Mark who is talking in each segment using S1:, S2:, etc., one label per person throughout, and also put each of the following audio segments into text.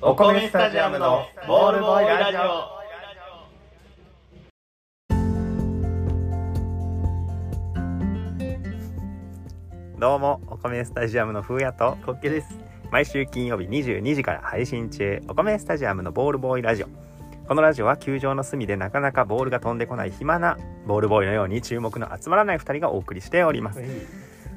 S1: お米スタジアムのボールボーイラジオ
S2: どうもお米スタジアムのふうやと
S1: オ。コッケです。
S2: 毎週金曜日22時から配信中お米スタジアムのボールボーイラジオこのラジオは球場の隅でなかなかボールが飛んでこない暇なボールボーイのように注目の集まらない2人がお送りしております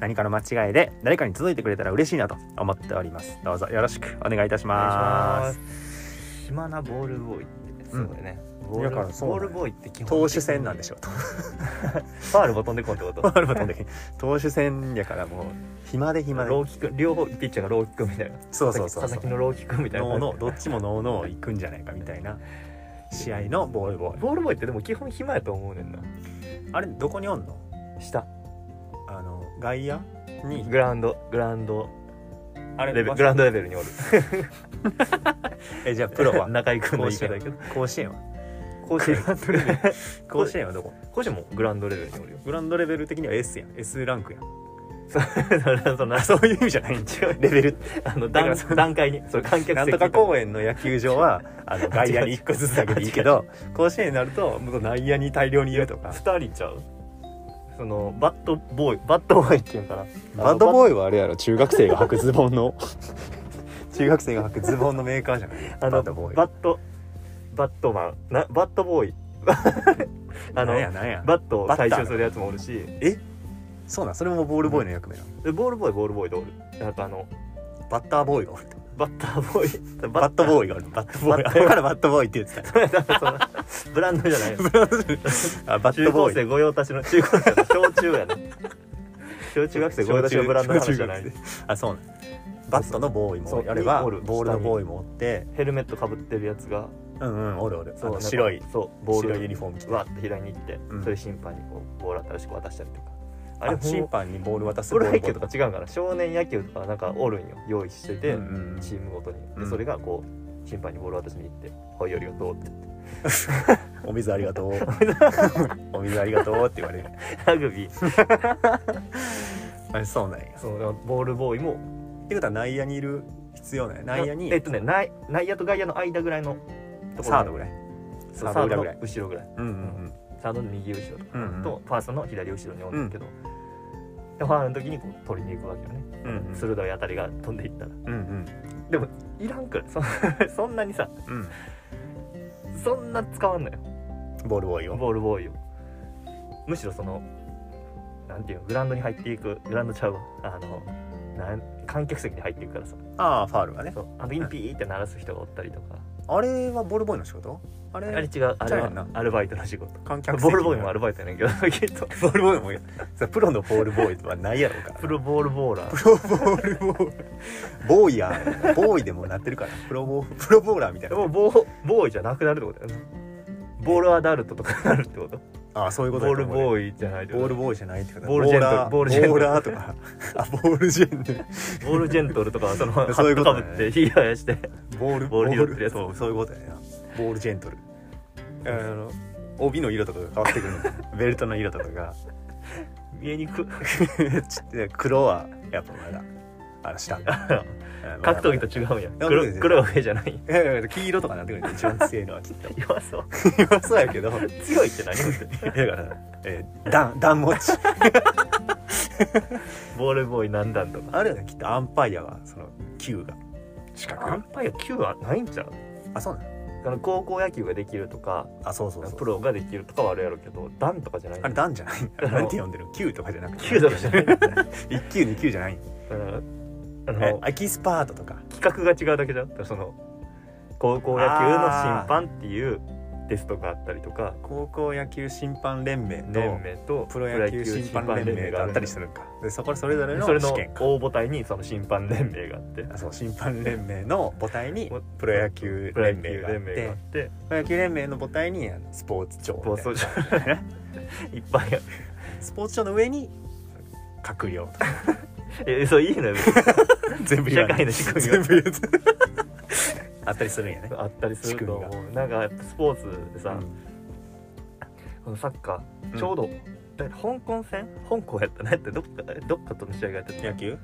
S2: 何かの間違いで誰かに届いてくれたら嬉しいなと思っておりますどうぞよろしくお願いいたし
S1: お願
S2: ま
S1: い
S2: す
S1: します。暇なボールボーイってすごいね。ボール
S2: だからそう
S1: ボ
S2: なんだ
S1: ール
S2: よ
S1: ボーイって基本的に
S2: 投手戦なんでしょう
S1: ファールも飛んでこんってこと
S2: ボールも飛んでけん投手戦やからもう暇で暇で
S1: ローキック両方ピッチャーがローキックみたいな
S2: そうそうそう
S1: 佐々木のローキックみたいな
S2: ノーノーどっちもノーノーいくんじゃないかみたいな試合のボールボーイ
S1: ボールボーイってでも基本暇やと思うねんな
S2: あれどこにおんの
S1: 下
S2: あの外野に
S1: グラウンドグラウンド
S2: あれ
S1: レベルグラウンドレベ ルにおる
S2: えじゃあプロ は
S1: 中居君の
S2: 甲
S1: 言い
S2: 子
S1: 方や
S2: 園
S1: けど
S2: 甲子園は
S1: 甲 子園
S2: グラウンドレベル甲子園はどこ
S1: 甲子園もグラウンドレベルにお るよ
S2: グラウンドレベル的には S やん S ランクやん
S1: だからその
S2: あそういう意味じゃないん
S1: 違うレベルあの
S2: だから
S1: 段
S2: その
S1: 段階にそれ観客席
S2: なんとか公園の野球場はあの外野に1個ずつだけでいいけど甲子園になるともっと内野に大量にいるとか
S1: 2人ちゃうそのバットボーイバットボーイっていうからーイ
S2: ーイはあれやろ中学生が履くズボンの 中学生が履くズボンのメーカーじゃない
S1: あの
S2: バットボーイ
S1: バットバットマンなバットボーイ あの
S2: なんやなんや
S1: バットを回収するやつもおるし
S2: そうなんそれもボールボーイの役目なの
S1: でボールボーイボールボーイでおるあとあの
S2: バッターボーイがおるって
S1: バッターボーイ
S2: バット
S1: ーイ
S2: ボーイがおるバットボーイあ
S1: バットボーイ
S2: れからバットボーイって言ってた
S1: ブランドじゃないよ
S2: あバッ
S1: 中
S2: トボ
S1: 高
S2: ーイ
S1: 生御用達の中高生の小中やな 小中学生御用達のブランドの話じゃな
S2: 小中
S1: い
S2: 学生あそうなんバットのボーイ
S1: そ
S2: も
S1: う
S2: やれば
S1: おる
S2: ボールのボーイもおって
S1: ヘルメットかぶってるやつが
S2: うんうんおるおるあ
S1: なん
S2: の
S1: か
S2: 白い
S1: そうボール
S2: 白いユニフォーム着て
S1: わって左に行って、
S2: うん
S1: それ審判にこうボール新しく渡したりとかあ
S2: あ
S1: れ
S2: れ審
S1: 審判
S2: 判にボール渡す
S1: プロ野
S2: ボー
S1: 球
S2: ル
S1: と
S2: ボー
S1: か違うから少年野球とかなんかおるんよ用意してて、
S2: イうんうんうん
S1: チームごとに
S2: う
S1: で
S2: ん
S1: それがこう審判にボール渡しに行って「はいありがとう」って
S2: お水ありがとう お水ありがとうって言われる
S1: ラグビー
S2: あれそうなんやっ
S1: そのボールボーイも
S2: てことは内野にいる必要なんや内野に
S1: えっとね内内野と外野の間ぐらいのところ
S2: サードぐらい
S1: そう
S2: サ
S1: サ
S2: ード
S1: ード
S2: ぐ
S1: の
S2: らい
S1: 後ろぐらい
S2: うんうん
S1: サードの右後ろとか、
S2: うんうん
S1: とファーストの左後ろにおるんだけど、でファールの時にこう取りに行くわけよね、
S2: うんうん
S1: 鋭い当たりが飛んでいったら
S2: うんうん
S1: いらんくらいそそんなにさ
S2: うん
S1: そんな使わんのよ
S2: ボールボーイを
S1: ボールボーイをむしろそのなんていうのグラウンドに入っていくグラウンドちゃうわあのなん観客席に入っていくからさ
S2: ああファールがね
S1: そうあの時にピーって鳴らす人がおったりとか
S2: あれはボールボーイの仕事あ
S1: あれ
S2: れ
S1: 違うあれ
S2: ちゃうやんな
S1: はアルバイトの仕事
S2: 観客席
S1: ボールボーイもアルバイトやねんけ どきっと
S2: ボールボーイもやさプロのボールボーイはないやろうから
S1: プロボールボーラー
S2: プロボールボーイボーイやんボーイでもなってるからプロボープロボーラーみたい
S1: で
S2: な
S1: もボーボーイじゃなくなるってことだよねボールアダルトとかになるってこと
S2: ああそういうこと
S1: ボール
S2: ーイ
S1: ボーイじゃないってこ
S2: ボール
S1: と
S2: ボーイじゃないってこと
S1: ボールジェントル
S2: ボ
S1: ボ
S2: ーラ
S1: ール
S2: ー
S1: ジェ
S2: ボ
S1: ントル
S2: ーラーとかあボールジェントル
S1: ボールジェントルとかは そのハ
S2: そういう
S1: ッ
S2: こ
S1: ト
S2: と
S1: か
S2: だ
S1: ぶ
S2: ね
S1: ってヒヤヒヤして
S2: ボール
S1: ボール拾ってるやつ
S2: ボールそうそういうことやなボールジェントルあの帯の色とかが変わってくる のベルトの色とかが
S1: 見えにくい
S2: ちょっと黒はやっぱまだあ の下うん
S1: 格闘技と違うんや
S2: あそう
S1: 黒
S2: です
S1: 黒は上じゃない
S2: いやいやいや黄色とかなってくるの一番強いのはきっと
S1: 弱そう
S2: 弱そうやけど
S1: 強いって何
S2: だから、えー、段段持ち
S1: ボールボーイ何段とか
S2: あるよねきっとアンパイアはその球が四
S1: アン パイア9はないんちゃう
S2: あそうなの
S1: あの高校野球ができるとか
S2: あそうそうそう
S1: プロができるとかはあるやろうけど段とかじゃない
S2: あれ段じゃないあれなんて呼んでる球とかじゃなくて
S1: 9とかじゃない
S2: 一球二球じゃない
S1: うんあ
S2: え
S1: の
S2: エキスパートとか
S1: 企画が違うだけじゃんその高校野球の審判っていうテストがあったりとか
S2: 高校野球審判連盟と
S1: 連盟と
S2: プロ野球審判連盟があったりす
S1: る
S2: るんかでそこそれぞれの
S1: それの
S2: 試験か
S1: 応募隊にその審判連盟があって
S2: あそう審判連盟の母体にプロ野球
S1: プロ
S2: 連
S1: 野
S2: 盟
S1: 球
S2: があっ
S1: 連盟
S2: て
S1: があって
S2: プロ野球連盟の母体にあのスポーツ庁みたい
S1: 暴
S2: な
S1: 走じゃ ない いっぱいある
S2: スポーツ庁の上に閣僚とか
S1: えそういいのよ別 に
S2: 全
S1: 社会の仕組みが
S2: 全部言うて あったりするんやね
S1: あったりすると思うなんかやっぱスポーツでさ、このサッカ
S2: う
S1: ー
S2: ん
S1: ちょうど、だ香港戦香港やったねってどっかどっかとの試合がやって
S2: 野球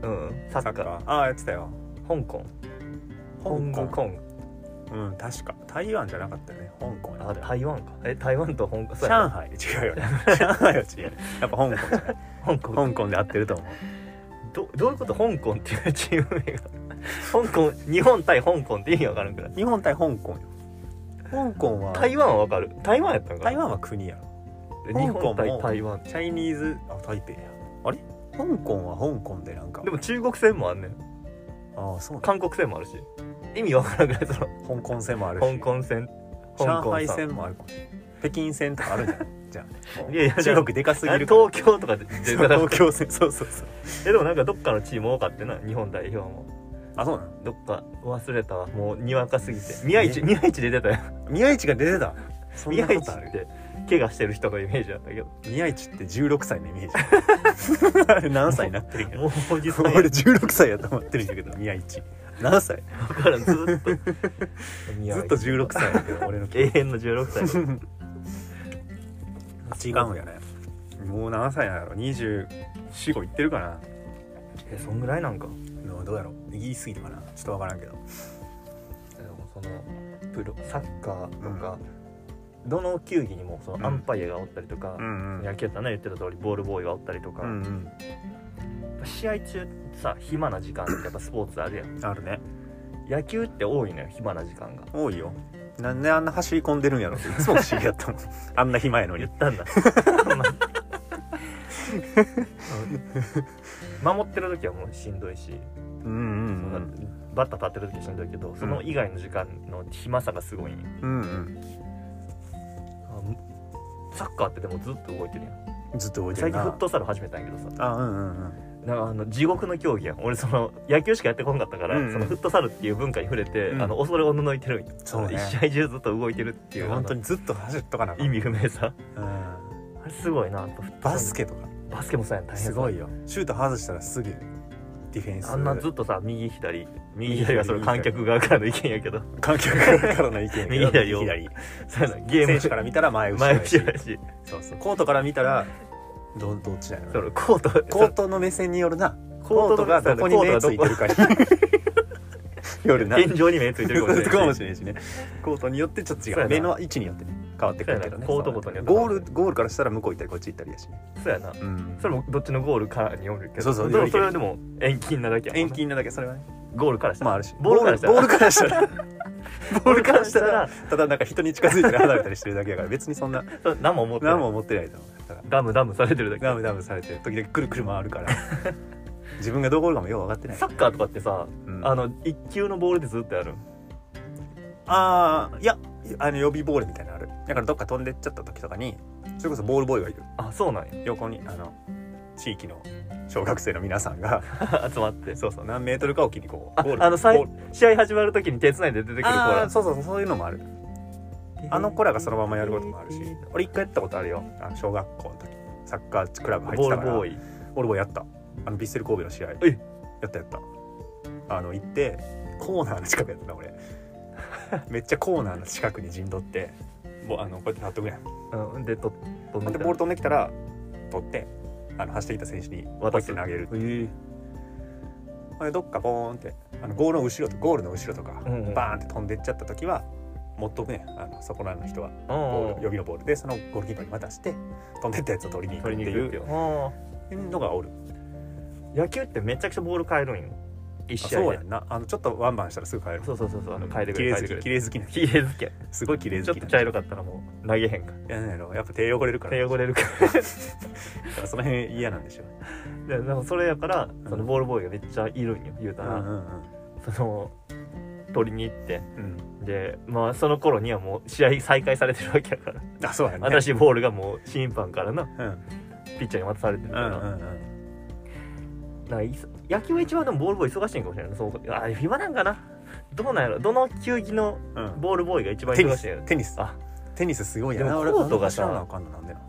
S1: たうんサッカー
S2: ああやってたよ
S1: 香港
S2: 香
S1: 香港
S2: うん確か台湾じゃなかったよね香港や
S1: あ
S2: ったよね
S1: 台湾かえ台湾と香港そうや
S2: 上海違うよね上海は違うやっぱ香港じゃない
S1: な香 港
S2: 香港で合ってると思う
S1: どどういうこと香港っていうチーム名が香港日本対香港って意味わからんくらい
S2: 日本対香港よ香港は
S1: 台湾はわかる台湾やったんかな
S2: 台湾は国やろ
S1: 日
S2: 香港も
S1: 本対台湾
S2: チャイニーズあ台北やあれ香港は香港でなんか
S1: でも中国戦もあんねん
S2: ああそうなん
S1: 韓国戦もあるし意味わからんぐらいその
S2: 香港戦もあるし
S1: 香港戦
S2: 上海
S1: さん
S2: 戦もあるかもしれない北京戦とかあるんじゃないじゃあ
S1: いやいや
S2: 中国でかすぎ
S1: あ
S2: る
S1: れ
S2: から
S1: 東京とかで
S2: そう
S1: 東
S2: 東京戦そうそうそう
S1: えでもなんかどっかのチーム多かったよな日本代表も
S2: あそうなの
S1: どっか忘れたわもうにわかすぎて宮市
S2: え
S1: 宮市で出たよ
S2: 宮市が出てたそん
S1: 宮
S2: なこ
S1: 市
S2: とある
S1: って怪我してる人のイメージだったけど
S2: 宮市って16歳のイメージあれ何歳になってるんやろ
S1: もうおじさんや
S2: 俺16歳やと思ってるんだけど宮市何歳
S1: からずっと
S2: ずっと16歳やけど俺の記
S1: 永
S2: 憶
S1: 遠の16歳
S2: 違うんやねもう何歳なんやろ245いってるかな
S1: えそんぐらいなんか
S2: のどうやろ言い過ぎたかなちょっと分からんけど
S1: でもそのプロサッカーとか、どの球技にもそのアンパイアがおったりとか、
S2: ん
S1: 野球やったらね言ってた通りボールボーイがおったりとか、
S2: うんうん
S1: 試合中さ暇な時間ってやっぱスポーツあるやん
S2: あるね
S1: 野球って多いのよ暇な時間が
S2: 多いよなんであんな走り込んでるんやろっていつも不思議やったもん あんな暇やのに
S1: 言 ったんだ守ってる時はもうしんどいし、
S2: うんうんうん
S1: バッター立ってる時はしんどいけどその以外の時間の暇さがすごいんよ
S2: うんうん
S1: サッカーってでもずっと動いてるやん
S2: ずっと動いてる
S1: 最近
S2: な
S1: フットサル始めたんやけどさ
S2: あうんうんうん
S1: なんかあの地獄の競技やん俺その野球しかやってこんかったから、
S2: うんうん
S1: そのフットサルっていう文化に触れて、
S2: うん
S1: あの恐れおののいてるんよ
S2: そうね
S1: 一試合中ずっと動いてるっていう
S2: 本当
S1: に
S2: にずっと走っとかなあかん
S1: 意味不明さ
S2: うん
S1: あれすごいなやっぱフットサル
S2: バスケとか
S1: バスケもそうやん大変
S2: す
S1: そう
S2: ごいよシュート外したらすぐディフェンス
S1: あんなずっとさ右左右
S2: 右
S1: 左
S2: 左
S1: はその観客側からの意見やけど
S2: 観客からの意見やけど
S1: 右左を
S2: 右左
S1: そうやなゲー
S2: 選
S1: ム
S2: 手から見たら前後ろ
S1: 前
S2: やし
S1: 後ろやし
S2: そうそうコートから見たらどどっちだよ
S1: そのコート
S2: コートの目線によるな
S1: その
S2: コートがどこに
S1: コート
S2: 目ついて
S1: が
S2: るかに よるな
S1: 天井に目ついてるかもしれない
S2: かもしれないしねコートによってちょっと違
S1: そう
S2: う
S1: やな
S2: 目の位置によってね変わってくるけどね
S1: そうやなコートごとによって変
S2: ゴ
S1: わ
S2: ー
S1: る
S2: ルゴールからしたら向こう行ったりこっち行ったりやしね
S1: そうやな
S2: うん
S1: それもどっちのゴールからによるけど
S2: そうそう
S1: で
S2: よ
S1: も
S2: り
S1: それはでも延期になだけやも
S2: 遠
S1: んな
S2: 近なだけそれはね
S1: ゴールからした
S2: ま
S1: ら
S2: ああるし
S1: ボールからしたら
S2: ボールからしたらボールからした
S1: ボール
S2: らただなんか人に近づいたり離れたりしてるだけだから別に そんな
S1: そう何も思ってない
S2: 何も思ってないと思うだから
S1: ダムダムされてるだけ
S2: ダムダムされて時々くるくる回るから自分がどこおるかもよう分かってない
S1: サッカーとかってさ、
S2: うん
S1: あの一球のボールでずっとやる
S2: ああいやあの予備ボールみたいなのあるだからどっか飛んでっちゃった時とかにそれこそボールボーイがいる
S1: あそうなんや
S2: 横にあの地域の小学生の皆さん が
S1: 集まって
S2: そうそう何メートルかおきにこう
S1: ああのさい
S2: ボール
S1: 試合始まる時に手つないで出てくる子
S2: あ
S1: ら
S2: ーそうそうそうそういうのもあるあの子らがそのままやることもあるし俺一回やったことあるよあの小学校の時サッカークラブ入って
S1: ボー
S2: た
S1: ル
S2: から
S1: ボーイ
S2: ボールボーイやったあのヴィッセル神戸の試合
S1: え
S2: やったやったあの行ってコーナーの近くやったな 俺めっちゃコーナーの近くに陣取ってもうあのこうやって立っとくやん
S1: うんでと飛
S2: ほんでボール飛んできたら取ってあの走ってきた選手に渡して投げる
S1: え
S2: ほんでどっかボーンってあのゴールの後ろとゴールの後ろとか、
S1: うんうん
S2: バーンって飛んでっちゃった時は持っとくねんあのそこらの人は
S1: えうん
S2: ボー
S1: う
S2: ル予
S1: ん
S2: 備のボールでそのゴールキーパーに渡して飛んでったやつを取りに行くっ
S1: 取
S2: て
S1: りに行
S2: い
S1: くって
S2: う
S1: いうあ
S2: のがおる
S1: ー野球ってめちゃくちゃボール変えるんよ一
S2: あ
S1: 試合
S2: そうや
S1: で
S2: んなあのちょっとワンバンしたらすぐ帰る
S1: そうそうそうそうあの変えてく
S2: 綺
S1: れ
S2: 麗
S1: 変え
S2: 好
S1: て
S2: き
S1: く
S2: 綺
S1: れ
S2: 麗好きな
S1: きれづけ
S2: すごい綺麗
S1: ちょ
S2: 好
S1: っ
S2: き
S1: と
S2: な
S1: 茶色かったらもう投げへんか
S2: やなんやろやっぱ手汚れるから
S1: 手汚れるから
S2: その辺嫌なんでしょ
S1: でなんかそれやから
S2: ん
S1: そのボールボーイがめっちゃいるんよ言う
S2: う
S1: た
S2: ん
S1: ら、
S2: うん
S1: その取りに行って
S2: うん
S1: でまあその頃にはもう試合再開されてるわけやから
S2: あそうやんね
S1: 新しいボールがもう審判からな
S2: うん
S1: ピッチャーに渡されて
S2: う
S1: る
S2: ん
S1: か
S2: う
S1: ら、
S2: んうん
S1: なんかいそ野球は一番でもボールボーイ忙しいんかもしれないそうあ暇なんかなどうなんやろどの球技の
S2: うん
S1: ボールボーイが一番
S2: テ
S1: 忙
S2: ニ
S1: しいんやろ
S2: ステニス
S1: あ
S2: テニスすごいや
S1: で
S2: な
S1: も
S2: 俺
S1: コートがさ
S2: なんか知らなあかんのなんでな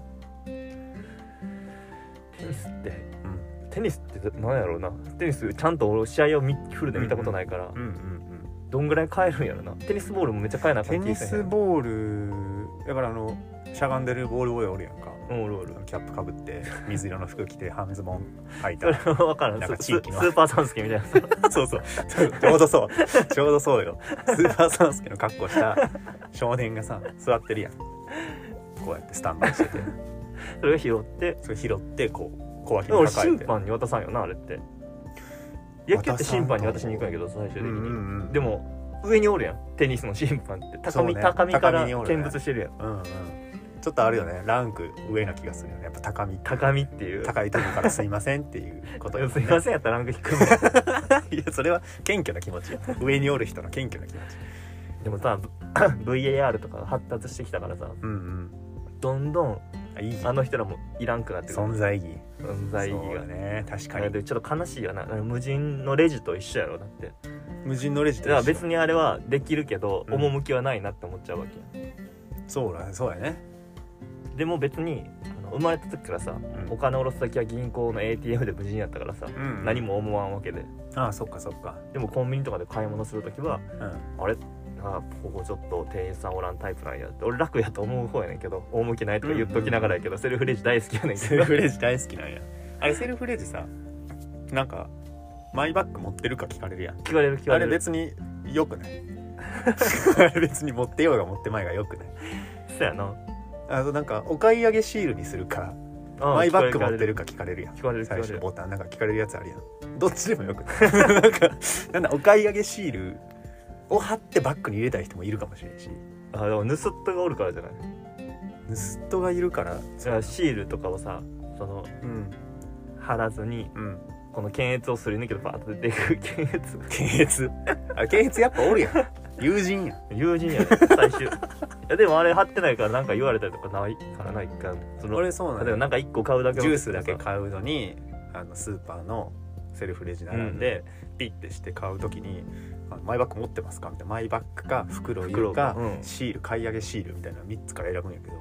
S1: テニスって
S2: う
S1: テニスってなんやろうなテニスちゃんと俺試合を見フルで見たことないか
S2: ん
S1: ら、
S2: うんうん
S1: どんぐらい変えるんやろなテニスボールもめっちゃ変えなあ
S2: テ
S1: かん気
S2: ニ
S1: ぃせえへ
S2: ス
S1: ん
S2: ボールだからあのしゃがんでるボールボーイおるやんか
S1: うんおるおる
S2: キャップかぶ って水色の服着て半ズボン履い
S1: そ
S2: た
S1: れは分からん
S2: なんか
S1: ス
S2: 地域の
S1: スーパーサンスケみたいなさ
S2: そうそう ちょうどそうちょうどそうよスーパーサンスケの格好した少年がさ座ってるやんこうやってスタンバイしてて
S1: それを拾って
S2: それ拾ってこう小脇
S1: でも俺
S2: に抱え
S1: 審
S2: て
S1: 判に渡さんよなあれって野球って審判に渡しに行くんやけど最終的
S2: うんう
S1: に
S2: んうん
S1: でも上におるやんテニスの審判って高
S2: そ
S1: み、
S2: うね
S1: 高みから
S2: 高みにおるね
S1: 見物してるやん
S2: うんうんちょっとあるよねランク上な気がするよねやっぱ高み
S1: 高みってい う
S2: 高いとこからすいませんっていうことよ、ね、
S1: すいませんやったらランク低いもん
S2: いやそれは謙虚な気持ちよ 上におる人の謙虚な気持ち
S1: でも さ VAR とかが発達してきたからさ
S2: うんうん
S1: どんどん
S2: あいい
S1: あの人らもいらんくなってくる
S2: 存在意義
S1: 存在意義
S2: そ
S1: が
S2: うね確か
S1: あれ
S2: に
S1: でちょっと悲しいよなあの無人のレジと一緒やろだって
S2: 無人のレジ
S1: だ
S2: と一
S1: か
S2: 緒
S1: ら別にあれはできるけど、
S2: うん
S1: 趣はないなって思っちゃうわけ
S2: そうだねそうやね
S1: でも別にあの生まれた時からさ、
S2: ん
S1: お金下ろす時は銀行の ATM で無人やったからさ、
S2: ん
S1: 何も思わんわけで
S2: ああそっかそっか
S1: でもコンビニとかで買い物する時は
S2: うん
S1: あれあここちょっと店員さんおらんタイプなんやって俺楽やと思う方やねんけど趣ないとか言っときながらやけど、セルフレジ大好きやね ん
S2: セ
S1: け
S2: ル
S1: ど
S2: フレジ大好きなんやあれセルフレジさなんかマイバッグ持ってるか聞かれるやん
S1: 聞かれる聞
S2: あ
S1: かれ
S2: れ
S1: る
S2: 別によくない あれ別に持ってようが持ってまいがよくない
S1: そうやな
S2: あのなんかお買い上げシールにするかマイバッグ持ってるか聞かれるやん
S1: 聞かれる聞か
S2: 最
S1: れ
S2: 初
S1: る
S2: ボタンなんか聞かれるやつあるやんどっちでもよくないなんかなんだお買い上げシールを貼ってバッグに入れたい人もいるかもしれんし
S1: あでも盗っ人がおるからじゃない
S2: 盗人がいるから
S1: だからシールとかをさその
S2: うん
S1: 貼らずに
S2: うん
S1: この検閲をすり抜けてバーッと出てくる検閲
S2: 検閲あ検閲やっぱおるや ん友人やん
S1: 友人やね 最終いやでもあれ貼ってないからなんか言われたりとかないからな一回その例
S2: 俺そうな
S1: え
S2: の
S1: ばなんか一個買うだけ
S2: ジュースだけ
S1: か
S2: 買うのにあのスーパーのセルフレジ並んで、ピッてして買う時にあの「マイバッグ持ってますか?」みたいなマイバッグか袋い
S1: 袋
S2: る
S1: が
S2: か、
S1: うん
S2: シール買い上げシールみたいな3つから選ぶんやけど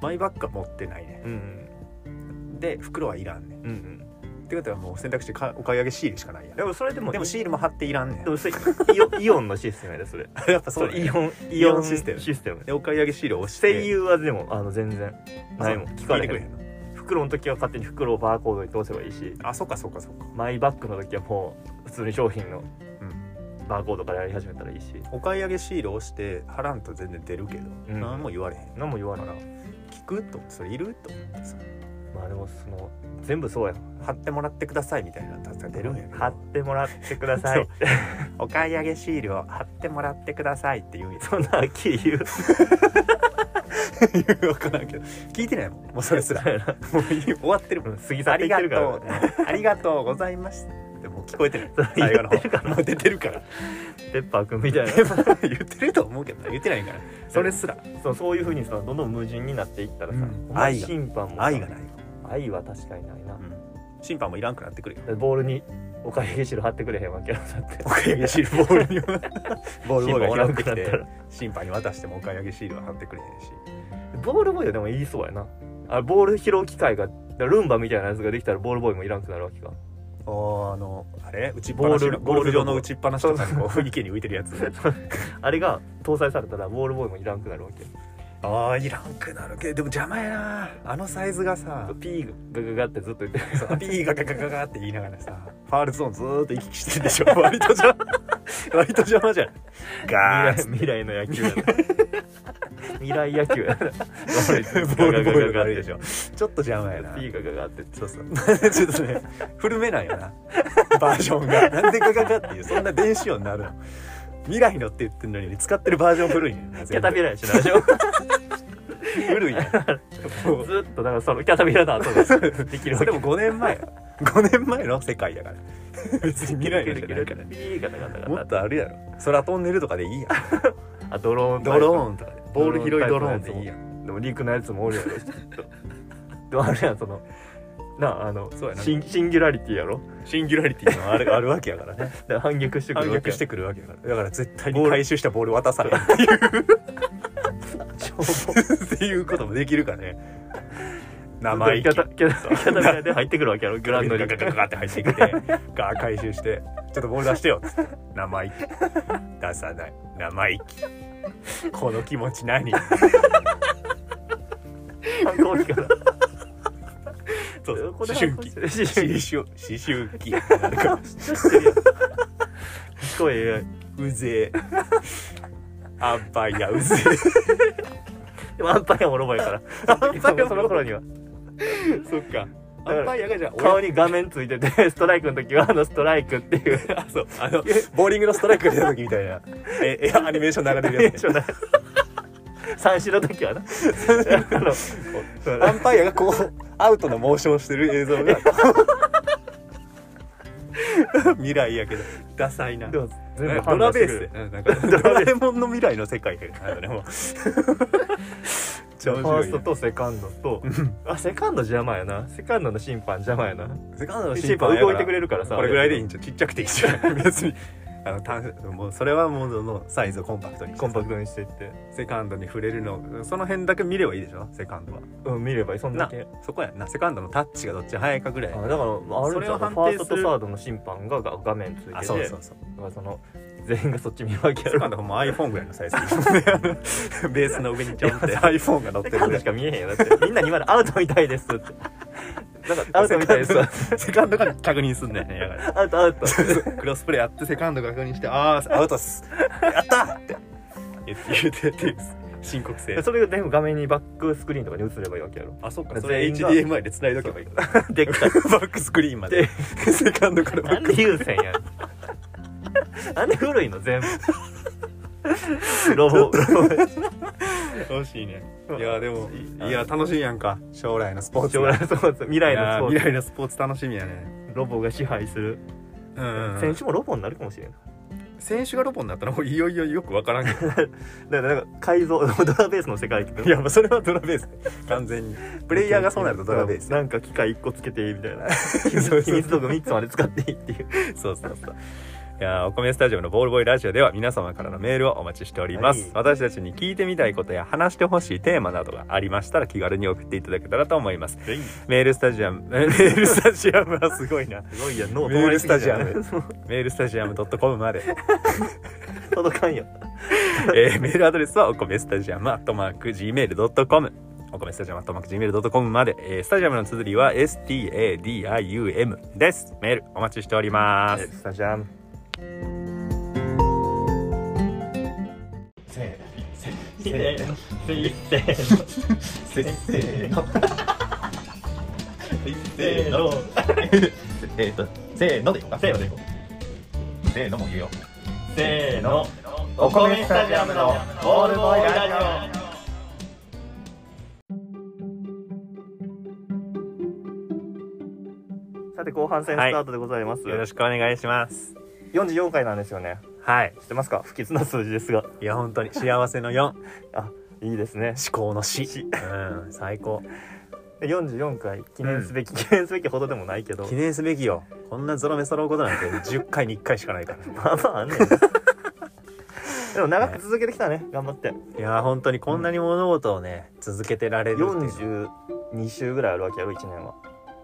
S2: マイバッグは持ってないね
S1: うん
S2: で袋はいらんね
S1: うんうん
S2: ってことはもう選択肢かお買い上げシールしかないやん
S1: でもそれでも
S2: でもシールも貼っていらんね
S1: でもそれイオイオンのシステムやでそれ
S2: ん やっぱそう
S1: そ
S2: だ
S1: れ
S2: ね
S1: イオン
S2: イオンシステム
S1: システム
S2: でお買い上げシールを押して
S1: 声優はでもあの全然
S2: あ
S1: ないもん
S2: そう
S1: 聞かれへ
S2: 聞いてくれへ
S1: ん
S2: んの
S1: 袋の時は勝手に袋をバーコードに通せばいいし
S2: あそっかそっかそっか
S1: マイバッグの時はもう普通に商品の
S2: うん
S1: バーコードからやり始めたらいいし
S2: お買い上げシールを押して貼らんと全然出るけど、
S1: うん
S2: 何も言われへん
S1: 何も言わ
S2: だ
S1: ない
S2: から聞くと思ってそれいると思ってさ
S1: まあでもその全部そうや
S2: 貼ってもらってくださいみたいなのが出るんやけど
S1: 貼ってもらってくださ い
S2: お買い上げシールを貼ってもらってくださいって言うんや
S1: そんなキー言う
S2: 分からんけど聞いてないもんもうそれすらもう終わってるもん
S1: うん過ぎ去
S2: あ
S1: ってい
S2: り
S1: っ
S2: が
S1: てるから
S2: とうありがとうございますで もう聞こえてない
S1: それ
S2: 最後の
S1: 言ってるか
S2: 方
S1: ら
S2: もう出てるから
S1: ペッパーくんみたいな
S2: 言ってると思うけどな言ってないからそれすら
S1: そうそういうふうにさどんどん矛盾になっていったらさ、
S2: うん
S1: お前
S2: 愛が
S1: 審判もさ
S2: 愛がない、
S1: 愛は確かにないな、
S2: 審判もいらんくなってくるよ
S1: ボールにおかげしろ貼ってくれへんわけやろだって
S2: お買い上げシー ルボールにボールボーイが
S1: 審判い
S2: 拾
S1: ら
S2: っ
S1: ん
S2: て
S1: くな
S2: き
S1: ってたら
S2: 審判に渡してもお買い上げシールは貼ってくれへんし
S1: ボールボーイはでも言いそうやなあボール拾う機械がルンバみたいなやつができたらボールボーイもいらんくなるわけか
S2: あのあれ打ちっ
S1: ぱなしの
S2: ゴルフ場の
S1: ボール
S2: 打ちっぱなしとかにこう池に浮いてるやつ
S1: あれが搭載されたらボールボーイもいらんくなるわけ
S2: あーいらんくなるけどでも邪魔やなあのサイズがさ
S1: ピーガガガってずっと言ってる
S2: そうピーガガガガガって言いながらさファールゾーンずーっと行き来してるでしょ割と邪魔割と邪魔じゃんガーッ
S1: 未来未来の野球やな未来野球やな
S2: ボールボールがある
S1: で
S2: で
S1: し
S2: し
S1: ょ
S2: ょちょっと邪魔やな
S1: ピーガガガって
S2: そうそうちょっとね古めなんよなバージョンがなんでガガガっていうそんな電子音になるの未来のって言ってんのに使ってるバージョン古いね
S1: キャタピラやしなでしょ
S2: 古いやんもう
S1: ずっとだからそのキャタピラの後ができるわ
S2: そ
S1: け
S2: れも5年前5年 前の世界やから別に未来のじゃないから
S1: ピーガガガガ
S2: も
S1: ガ
S2: っとあるやろ空飛んでるとかでいいやん
S1: あドローン
S2: ドロー
S1: ン
S2: ンとかでボール拾いドローンでいいやん
S1: でも陸のやつもおるやろちょっとでもあれやんそのなああの
S2: そうやな
S1: シンシンギュラリティやろ
S2: シンギュラリティのあるある わけやからね
S1: だから反逆してく
S2: 反
S1: るわけ
S2: 逆
S1: や
S2: してくるわけやからだから絶対
S1: ボー
S2: に
S1: ル
S2: 回収したボール渡されへんっていうっていうこともできるかね生意気
S1: キャタキャタキャタピラで入ってくるわけやろグラウンドに
S2: ガガガガって入ってきてガー回収して「ちょっとボール出してよ」っつって生意気 出さない生意気この気持ち何
S1: 同期から
S2: そうそう
S1: ここで
S2: 思春期
S1: 思春期
S2: 思春思春期なんか
S1: 賢い AI
S2: うぜえアンパイアうぜ
S1: でもアンパイアもロボやから
S2: えアンパイア
S1: その頃には
S2: そっかアンパイアがじゃあ親
S1: 顔に画面ついててストライクの時はあのストライクっていう
S2: あそうあのボーリングのストライクが出た時みたいなええアニメーション流れるやつ、ね、
S1: 三振の時はなあの
S2: アンパイアがこうアウトのモーションをしてる映像が未来やけどダサいな
S1: でも全部
S2: ド
S1: 判
S2: ラ
S1: 断
S2: ベ
S1: して
S2: ー
S1: く
S2: ス
S1: れ
S2: で
S1: る
S2: なんかドラえもんの未来の世界だよねもう
S1: じ
S2: じ
S1: ゃあファースト
S2: と
S1: とセカンドとあセカンド邪魔やなセカンドの審判邪魔やな
S2: セカンドの
S1: 審
S2: 審
S1: 判
S2: 判
S1: 動いてくれるからさ
S2: これぐらいでいいんじゃんちっちゃくていいじゃん 別に あの単もうそれはもうどのサイズをコンパクトにして
S1: コンパクトにしていって
S2: セカンドに触れるのその辺だけ見ればいいでしょセカンドは
S1: うん見ればいいそんだけ
S2: そこやんなセカンドのタッチがどっち早いかぐらい
S1: あだからあるんちゃう
S2: それを判定する
S1: ファーストとサードの審判がが画面ついてて
S2: あそうそうそう
S1: だからその全員がそっち見るわけや
S2: セカ
S1: ろ
S2: ンドはもう iPhone ぐらいの サイズベースの上にちょんって iPhone が乗って
S1: セ
S2: る
S1: カン
S2: ぐ
S1: ド
S2: ら
S1: しか見えへんよだってみんなに今のアウトみたいですってなん かアウトみたいです
S2: いセカンドが確認すんだよねだから
S1: アウトア ウト
S2: クロスプレーやってセカンドが確認して「ああアウトっすやった!」って言って言ってっていう深刻性
S1: それが全部画面にバックスクリーンとかに映ればいいわけやろ
S2: あそっ
S1: か
S2: か
S1: そ
S2: そ
S1: れ
S2: れ
S1: HDMI
S2: HDMI で繋いどけばいい バ
S1: でっかい
S2: ックスクリーンまでセカンドからバ
S1: な
S2: ッ
S1: ん
S2: ク
S1: で優先やんなんで古いの全部ロボロ
S2: 欲しいね
S1: ボ
S2: いやでも
S1: い
S2: いや楽しいやんか将来のスポーツ
S1: 将来のスポーツ未来のスポ
S2: いや
S1: ー
S2: 未来のスポーツ楽しみやね
S1: ツロボが支配する、
S2: うんうん
S1: 選手もロボになるかもしれない
S2: 選手がロボになったらもういよいよよくわからんけど
S1: だからなんか改造 ドラベースの世界って
S2: いやもうそれはドラベース完全 にプレイヤーがそうなるとドラベース
S1: なんか機械1個つけていいみたいな
S2: そう
S1: 秘密道具3つまで使っていいっていう
S2: そうそうそう。いやーお米スタジオのボールボーイラジオでは皆様からのメールをお待ちしております、
S1: はい
S2: 私たちに聞いてみたいことや話してほしいテーマなどがありましたら気軽に送っていただけたらと思いますメールスタジアム えメールスタジアムはすごいな
S1: すごいや脳
S2: メールスタジア
S1: 止まり
S2: ム
S1: すぎじ
S2: メールスタジアム .com まで、
S1: ゃない届かんよ
S2: えーメールアドレスはお米スタジアムアットマーク Gmail.com お米スタジアムアットマーク Gmail.com まで、えースタジアムの綴りは STADIUM ですメールお待ちしております
S1: スタジアム
S2: せーの
S1: せーの
S2: せ
S1: せー
S2: ーの
S1: せーの
S2: えーと、せーのでいこうか。せーのでいこう。せーのも言うよ。
S1: せーの
S2: お米スタジアムのボールボーイラジ
S1: さて後半戦スタートでございます、
S2: よろしくお願いします。
S1: 44回なんですよね
S2: はい。
S1: 知ってますか不吉な数字ですが
S2: いや、本当に幸せの4、思
S1: あいいですね
S2: 考の死。
S1: 死
S2: うん、最高。
S1: で44回記念すべき、記念すべきほどでもないけど
S2: 記念すべきよ。こんなゾロ目揃うことなんて10回に1回しかない から。
S1: まあまああんねんでも長く続けてきたね頑張って
S2: いや、本当にこんなに物事をね、続けてられるっていうの。
S1: 42週ぐらいあるわけやろ1年は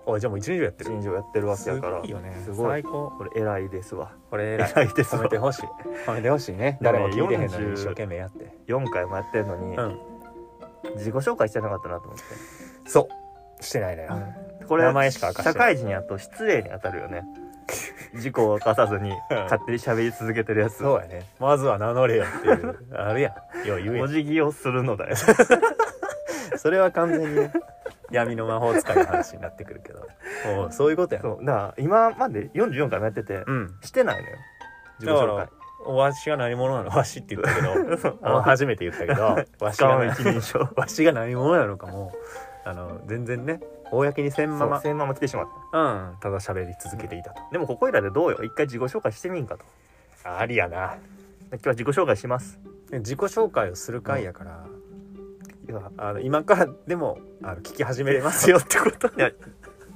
S2: おいじゃあもう1年以上やってる。
S1: 新庄やってるわけやから
S2: すごいよね。
S1: すごい
S2: 最高。
S1: これ偉いですわ
S2: これ偉い。
S1: 偉いです
S2: 褒
S1: わ
S2: めてほしい。褒めてほしいね。
S1: で
S2: 誰
S1: もね
S2: も聞いてへんの
S1: 40
S2: に一生懸命やって。
S1: 4回もやってるのに、
S2: うん。
S1: 自己紹介してなかったなと思って、
S2: そう。してないのよ。
S1: これ
S2: 名前しか明かして
S1: 社会人やと失礼に当たる よね事故を犯さずに勝手に喋り続けてるやつ
S2: そうやね。まずは名乗れよっていう。あるやん。よう言うや
S1: お
S2: ん。
S1: 辞儀をするのだよ
S2: それは完全にね、闇の魔法使いの話になってくるけ ど。おうそういうことやん。
S1: そうだから今まで44回もやってて、
S2: うん。
S1: してないのよ自己
S2: だか
S1: 紹
S2: ら
S1: 介、、
S2: おわしが何者なのわしって言ったけど
S1: あの
S2: あ初めて言ったけど、 わし
S1: 使
S2: が
S1: わない
S2: 何
S1: 一人 称
S2: わしが何者なのかも、あの、全然ね、公にせんま
S1: ま
S2: ま、
S1: ま
S2: う
S1: せんまま来てしまった
S2: ん、ただ喋り続けていたと。
S1: でもここいらでどうよ一回自己紹介してみんかと
S2: ありやな。
S1: 今日は自己紹介します
S2: 自己紹介をする回やから、
S1: いや
S2: あの今からでもあの聞き始めれますよってこと
S1: いや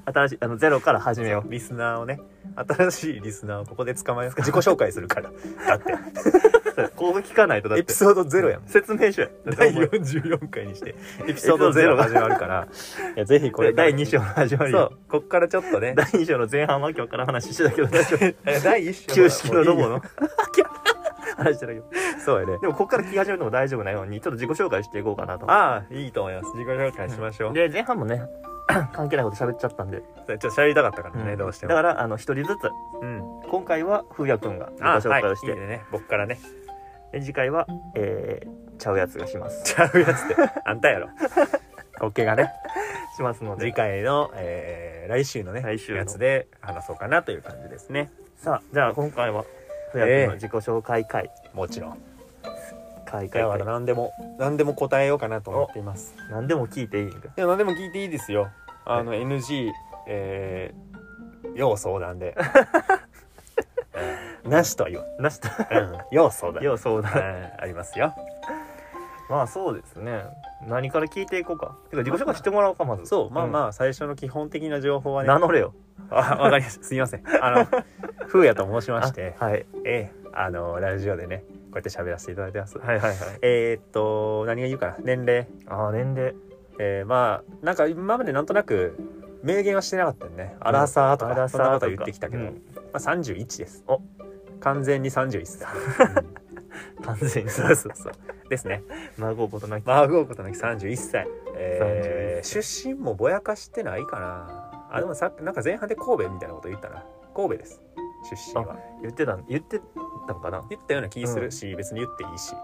S1: 新しいあのゼロから始めよ
S2: リスナーをね新しいリスナーをここで捕まえますか自己紹介するからだって
S1: うそうこう聞かないとだって
S2: エピソードゼロやもん
S1: 説明書や
S2: 第44回にしてエピソードゼロが始まるからいやぜひ
S1: こ
S2: こ
S1: れ
S2: れ
S1: 第2章の始まり
S2: そ
S1: よ
S2: うこっからちょっとね
S1: 第2章の前半は今日から話してたけど大丈夫
S2: 第1章
S1: 旧式のロボの 話してるけど
S2: そうやね
S1: でもここから聞き始めても大丈夫なようにちょっと自己紹介していこうかなと
S2: ああいいと思います自己紹介しましょう
S1: で前半もね 関係ないこと喋っちゃったんで、
S2: ちょっと喋りたかったからね、
S1: うん
S2: どうして
S1: だ
S2: も
S1: からあの一人ずつ
S2: うん
S1: 今回は風也くんが自
S2: あ
S1: 己
S2: は
S1: 紹
S2: い
S1: 介をして、
S2: いいね僕からね
S1: で次回は、えー、ちゃうやつがします
S2: ちゃうや つってあんたやろオッケーがね
S1: しますので
S2: 次回の、えー来週のね
S1: 来週の
S2: やつで話そうかなという感じですね
S1: さあじゃあ今回は風也くんの自己紹介会、
S2: もちろん
S1: 会
S2: だか
S1: 会会
S2: ら何でも何でも答えようかなと思っています
S1: 何でも聞いていいんか
S2: いや何でも聞いていいですよあの NG えー、要相談 でうんなしとは言わ
S1: なしと
S2: ん、うん、要相談
S1: 要相
S2: う
S1: 談
S2: んありますよ
S1: まあそうですね何から聞いていこうかてか自己紹介してもらおうかまず
S2: そうまあ
S1: あ、
S2: まあ最初の基本的な情報
S1: う
S2: は
S1: ん
S2: ね
S1: 名乗れよ
S2: あわかりましたすみませんあの 風やと申しまして
S1: あはい
S2: ええあのラジオでねこうやって喋らせていただいてます
S1: はいはいはい
S2: えーっと何が言うかな年齢
S1: ああ年齢
S2: えーまあなんか今までなんとなく明言はしてなかったよねアラサーとか、そんなことは言ってきたけど、
S1: う
S2: ま
S1: ん
S2: あ、31です
S1: お
S2: 完全に31です、
S1: 完全 に
S2: そうそうそうですね
S1: 孫ことなき
S2: 孫ことなき31歳、えー
S1: 31
S2: 出身もぼやかしてないかなあでもさなんか前半で神戸みたいなこと言ったな神戸です出身は
S1: 言ってたん言ってたんかな
S2: 言ったような気す
S1: う
S2: る
S1: ん
S2: し、別に言っていい し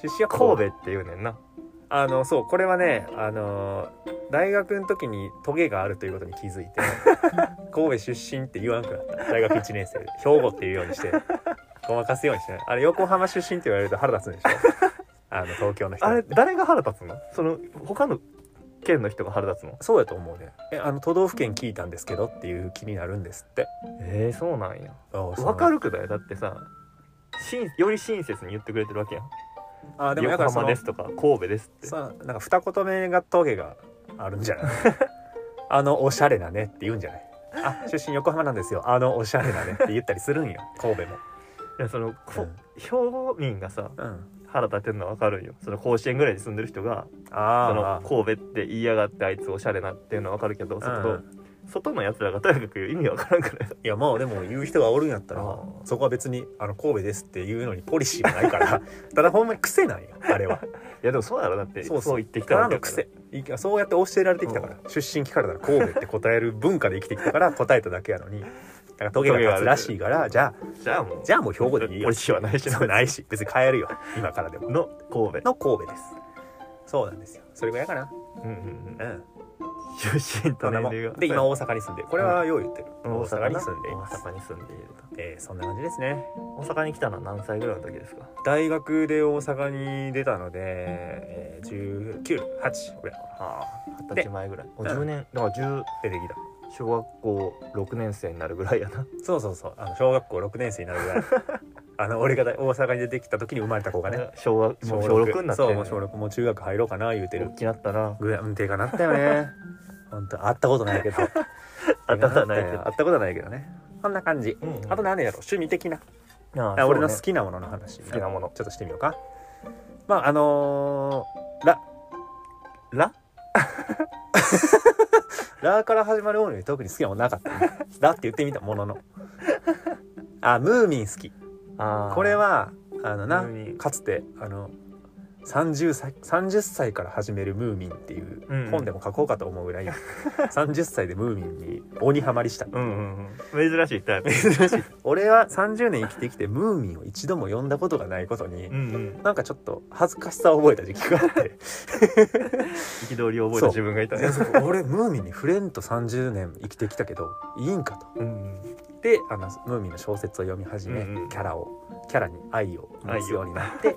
S2: 出身は神戸
S1: 神戸って言うねんな
S2: あのそうこれはねあの大学の時にトゲがあるということに気づい て神戸出身って言わなくなった大学1年生で兵庫っていうように してごまかすようにしてないあれ横浜出身って言われると腹立つん でしょあの東京の人
S1: あれ誰が腹立つのその他の県の人が腹立つの
S2: そうやと思うねえあの都道府県聞いたんですけどっていう気になるんですって
S1: えー、そうなんや
S2: わ
S1: わかるくだよだってさ親より親切に言ってくれてるわけやん
S2: あでもだか
S1: 横
S2: らそ
S1: 浜
S2: の
S1: ですとか神戸ですって
S2: さなんか二言目がトゲがあるんじゃない あのおしゃれなねって言うんじゃないあ出身横浜なんですよあのおしゃれなねって言ったりする んよ神戸も、
S1: いやその
S2: う
S1: こ
S2: ん
S1: 兵庫民がさ
S2: うん、
S1: 腹立てるのはわかるんよその甲子園ぐらいに住んでる人がそ
S2: あ
S1: の
S2: ー
S1: 神戸って言いやがってあいつおしゃれなっていうのはわかるけど
S2: ん
S1: 外,、外のやつらがとにかく言う意味わからんくらい
S2: いやまあでも言う人がおるんやったら
S1: あー
S2: そこは別にあの神戸ですっていうのにポリシーがないから ただほんまに癖なんよあれはい
S1: やでもそうやろだって
S2: そ
S1: そうう
S2: そう
S1: 言ってき
S2: ただ
S1: た
S2: の
S1: けやから
S2: 癖いやそうやって教えられてきたから、出身聞かれたら神戸って答える文化で生きてきた から答えただけやのになんかトゲが立つらしいからじゃあ
S1: じゃあもう
S2: じゃあもう兵庫でいいよ
S1: 俺知らないし
S2: そうないし別に変えるよ今からでも
S1: の神戸
S2: の神戸ですそうなんですよそれぐらいかな
S1: うんう
S2: う
S1: んうん
S2: ん
S1: 出身と
S2: そんな
S1: 年
S2: もん
S1: 齢が
S2: で今大阪に住んでるこれはよう言ってる、
S1: うん
S2: 大阪に住んでい
S1: 大
S2: ます
S1: 阪に住んでいると
S2: えーそんな感じですね
S1: 大阪に来たのは何歳ぐらいの時ですか
S2: 大学で大阪に出たので、えー、198ぐらいかな
S1: ああ二
S2: で
S1: 十歳前ぐらいもう
S2: うん
S1: 10年だから10
S2: 出てきた
S1: 小学校6年生になるぐらいやな
S2: そうそうそうあの小学校6年生になるぐ らいあの俺が大阪に出てきた時に生まれた子がね
S1: 小学もう小6になって
S2: そうもう小6もう中学入ろうかな言うて
S1: 大
S2: る
S1: きなったな
S2: ぐらいうんてかなったよね本当会ったことない けど会っ
S1: あったかない
S2: 会
S1: け
S2: っ
S1: ど
S2: たことはないけどねそんな感じ、
S1: うんうん
S2: あと何やろ趣味的な
S1: あ
S2: あ俺の好きなものの話
S1: 好きなもの
S2: ちょっとしてみようかまああのー、ラ
S1: ラ
S2: ラー から始まるものに特に好きなものなかった、ね、ラって言ってみたもののあムーミン好き
S1: あー
S2: これはあのな
S1: ムーミン
S2: かつてあの 30, 歳30歳から始めるムーミンっていう
S1: うんうん
S2: 本でも書こうかと思うぐらい、30歳でムーミンに鬼ハマりした
S1: うんうんうん珍しいタイプ
S2: 俺は30年生きてきてムーミンを一度も読んだことがないことに、
S1: うんうん
S2: なんかちょっと恥ずかしさを覚えた時期があって
S1: 憤りを覚えた自分がい た
S2: いやそう俺ムーミンに触れんと30年生きてきたけどいいんかと
S1: うんうん
S2: であのムーミンの小説を読み始め、
S1: うんうん
S2: キャラをキャラに愛を持つようになって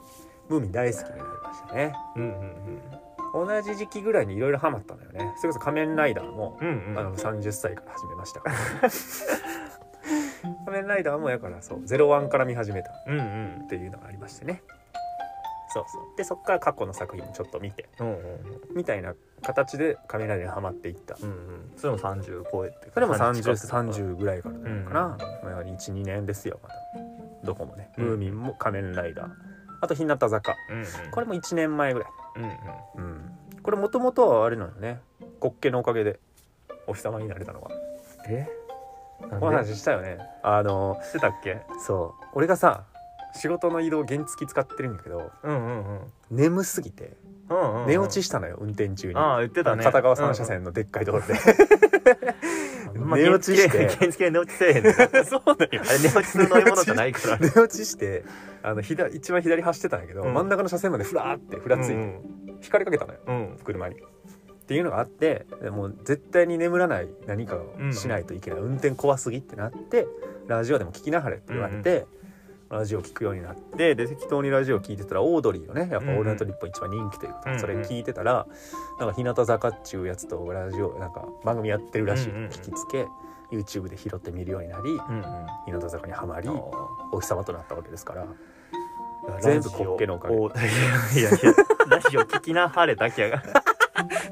S2: ムーミン大好きになりましたね
S1: うんうん
S2: 同じ時期ぐらいにいろいろハマったのよねそれこそ仮面ライダーも、
S1: うんうん
S2: あの30歳から始めましたから 仮面ライダーもやからそう「ゼロワンから見始めたっ
S1: うんうん
S2: ていうのがありましてねそうそうでそっから過去の作品もちょっと見て
S1: うん
S2: みたいな形で仮面ライダーにハマっていった
S1: うんうんそれも30超えて
S2: それも30
S1: 30
S2: 30ぐらいからなのかな、まあ12年ですよまだどこもね、
S1: うん
S2: ムーミンも仮面ライダーあと日向坂
S1: うんうん
S2: これも1年前ぐらい、
S1: うんうん
S2: うん、これもともとはあれなのね滑稽のおかげでお日様になれたのは
S1: え
S2: この
S1: なんで
S2: 話したよねあの
S1: してたっけ
S2: そう俺がさ仕事の移動原付使ってるんだけど
S1: うんうんうん
S2: 眠すぎて
S1: うんうん
S2: 寝落ちしたのよ運転中に
S1: ああ言ってたね
S2: 片側3車線のでっかい道路で
S1: 寝
S2: 寝
S1: 落
S2: 落ち
S1: ちし
S2: してて
S1: 原付で寝落ちせえへんねんあれ
S2: そうだよ
S1: 寝落ちする乗り物じゃない から
S2: 寝落ちしてあの左一番左走ってたんだけど、
S1: うん
S2: 真ん中の車線までふらーってふらついて、
S1: うん
S2: 光りかけたのよ
S1: うん
S2: 車に。っていうのがあってもう絶対に眠らない何かをしないといけない、運転怖すぎってなってラジオでも聞きなはれって言われて、ラジオ聞くようになってで適当にラジオ聞いてたらオードリーのねやっぱ「オールナイトニッポン」一番人気ということで、
S1: うんうん
S2: それ聞いてたらなんか日向坂っちゅうやつとラジオなんか番組やってるらしい、
S1: うんうんうん
S2: 聞きつけ YouTube で拾って見るようになり
S1: うん
S2: 日向坂にはまり
S1: う
S2: お日様となったわけですから
S1: ん
S2: 全部滑稽のおかげ
S1: ラジオいやいやいやラジオ聞きなはれだけ やが